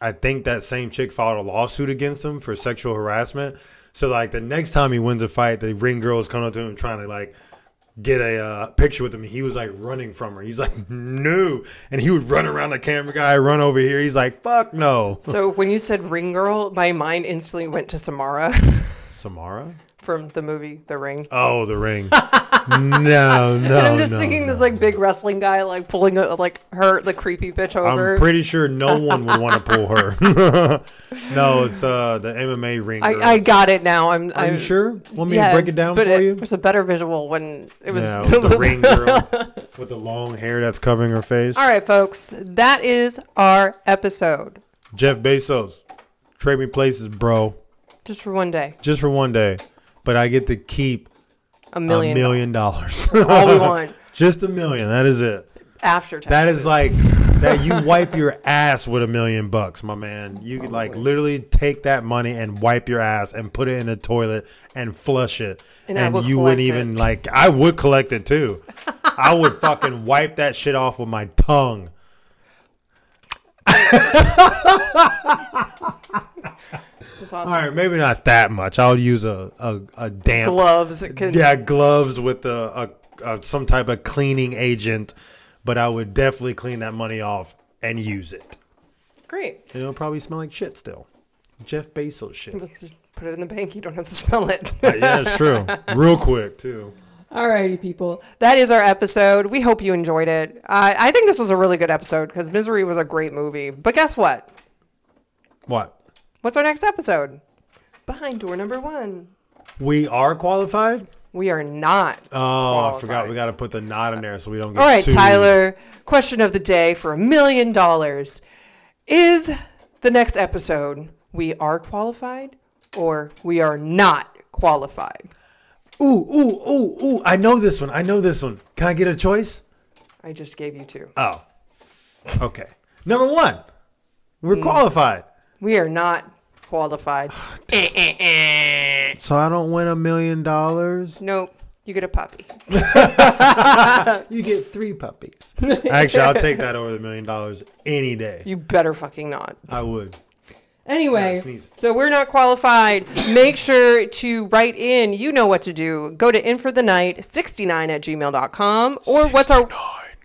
[SPEAKER 2] I think that same chick filed a lawsuit against him for sexual harassment. So like the next time he wins a fight, the ring girls come up to him trying to like get a uh, picture with him. He was like running from her. He's like no, and he would run around the camera guy, run over here. He's like fuck no. [LAUGHS]
[SPEAKER 1] So when you said ring girl, my mind instantly went to Samara. [LAUGHS]
[SPEAKER 2] Samara.
[SPEAKER 1] from the movie The Ring.
[SPEAKER 2] Oh, the ring. [LAUGHS] no, no.
[SPEAKER 1] and I'm just
[SPEAKER 2] no,
[SPEAKER 1] thinking
[SPEAKER 2] no.
[SPEAKER 1] this like big wrestling guy like pulling a, like her the creepy bitch over.
[SPEAKER 2] I'm pretty sure no one would want to pull her. [LAUGHS] no, it's uh the MMA ring.
[SPEAKER 1] I,
[SPEAKER 2] girl.
[SPEAKER 1] I got it now. I'm.
[SPEAKER 2] Are
[SPEAKER 1] I'm,
[SPEAKER 2] you sure? Want me to break
[SPEAKER 1] Yes,
[SPEAKER 2] it down for
[SPEAKER 1] but it,
[SPEAKER 2] you?
[SPEAKER 1] It was a better visual when it was. [LAUGHS]
[SPEAKER 2] yeah, with the ring girl with the long hair that's covering her face.
[SPEAKER 1] All right, folks, that is our episode.
[SPEAKER 2] Jeff Bezos, trade me places, bro,
[SPEAKER 1] Just for one day,
[SPEAKER 2] just for one day, but I get to keep
[SPEAKER 1] a million,
[SPEAKER 2] a million dollars,
[SPEAKER 1] all we want
[SPEAKER 2] [LAUGHS] just a million. That is it.
[SPEAKER 1] after taxes.
[SPEAKER 2] That is [LAUGHS] like that. You wipe your ass with a million bucks, my man. You could like literally take that money and wipe your ass and put it in a toilet and flush it,
[SPEAKER 1] And I would
[SPEAKER 2] you wouldn't
[SPEAKER 1] collect
[SPEAKER 2] even
[SPEAKER 1] it.
[SPEAKER 2] like. I would collect
[SPEAKER 1] [LAUGHS]
[SPEAKER 2] it too. I would fucking wipe that shit off with my tongue.
[SPEAKER 1] That's awesome.
[SPEAKER 2] All right, maybe not that much. I would use a a, a damp
[SPEAKER 1] Gloves. It could,
[SPEAKER 2] yeah gloves with a, a, a some type of cleaning agent, but I would definitely clean that money off and use it.
[SPEAKER 1] Great.
[SPEAKER 2] And it'll probably smell like shit still. Jeff Bezos shit.
[SPEAKER 1] Let's just put it in the bank. You don't have to smell [LAUGHS] it.
[SPEAKER 2] [LAUGHS] yeah, it's true. Real quick too.
[SPEAKER 3] Alrighty, people.
[SPEAKER 1] that is our episode. We hope you enjoyed it. I I think this was a really good episode because Misery was a great movie. But guess what?
[SPEAKER 2] What?
[SPEAKER 1] What's our next episode? Behind door number one.
[SPEAKER 2] We are qualified.
[SPEAKER 1] We are not.
[SPEAKER 2] Oh, I forgot. We got to put the knot in there so we don't get.
[SPEAKER 1] All right,
[SPEAKER 2] sued.
[SPEAKER 1] Tyler. Question of the day for a million dollars is the next episode. We are qualified or we are not qualified.
[SPEAKER 2] Ooh, ooh, ooh, ooh. I know this one. I know this one. Can I get a choice?
[SPEAKER 1] I just gave you two.
[SPEAKER 2] Oh. Okay. Number one. We're qualified.
[SPEAKER 1] We are not qualified. Eh, eh, eh.
[SPEAKER 2] So I don't win a million dollars.
[SPEAKER 1] Nope. You get a puppy.
[SPEAKER 2] You get three [LAUGHS] puppies. Actually, I'll take that over the million dollars any day.
[SPEAKER 1] You better fucking not.
[SPEAKER 2] I would.
[SPEAKER 1] Anyway,
[SPEAKER 2] Yeah, sneeze.
[SPEAKER 1] so we're not qualified. Make sure to write in. You know what to do. Go to in for the night 69 at gmail.com or what's our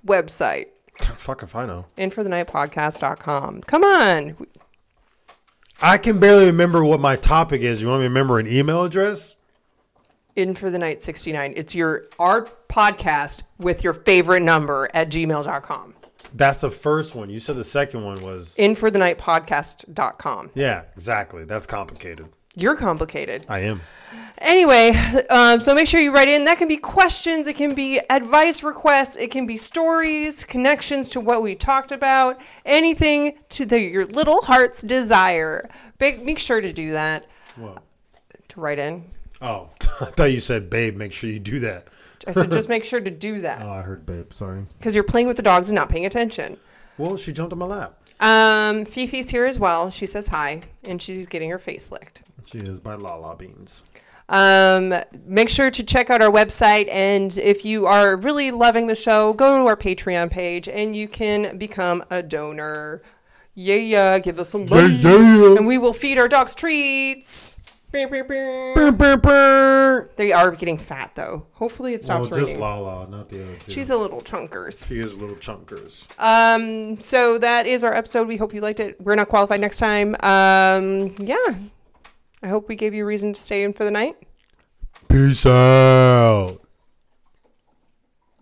[SPEAKER 1] website?
[SPEAKER 2] Fuck if I know.
[SPEAKER 1] In for the night podcast.com. Come on.
[SPEAKER 2] I can barely remember what my topic is. You want me to remember an email address?
[SPEAKER 1] In for the night 69. It's your our podcast with your favorite number at gmail.com.
[SPEAKER 2] That's the first one. You said the second one was.
[SPEAKER 1] In for the night podcast.com.
[SPEAKER 2] Yeah, exactly. That's complicated.
[SPEAKER 1] You're complicated.
[SPEAKER 2] I am.
[SPEAKER 1] Anyway, um, so make sure you write in. That can be questions, it can be advice requests, it can be stories, connections to what we talked about, anything to the, your little heart's desire. Big, make sure to do that.
[SPEAKER 2] What?
[SPEAKER 1] To write in,
[SPEAKER 2] Oh, [LAUGHS] I thought you said, babe, make sure you do that.
[SPEAKER 1] I said just make sure to do
[SPEAKER 2] Oh,
[SPEAKER 1] that
[SPEAKER 2] I heard babe. Sorry.
[SPEAKER 1] because you're playing with the dogs and not paying attention.
[SPEAKER 2] Well, she jumped on my lap.
[SPEAKER 1] Um, Fifi's here as well. She says hi, and she's getting her face licked.
[SPEAKER 2] She is by Lala Beans.
[SPEAKER 1] Um, make sure to check out our website. And if you are really loving the show, go to our Patreon page and you can become a donor. Yeah, yeah, give us some money.
[SPEAKER 2] yeah.
[SPEAKER 1] And we will feed our dogs treats. Beep, beep, beep. They are getting fat though. Hopefully it
[SPEAKER 2] Well,
[SPEAKER 1] stops
[SPEAKER 2] Oh, just
[SPEAKER 1] raining.
[SPEAKER 2] Lala, not the other two.
[SPEAKER 1] She's a little chunkers.
[SPEAKER 2] she is little chunkers.
[SPEAKER 1] Um, so that is our episode. We hope you liked it. We're not qualified next time. Um, yeah. I hope we gave you a reason to stay in for the night.
[SPEAKER 2] Peace out.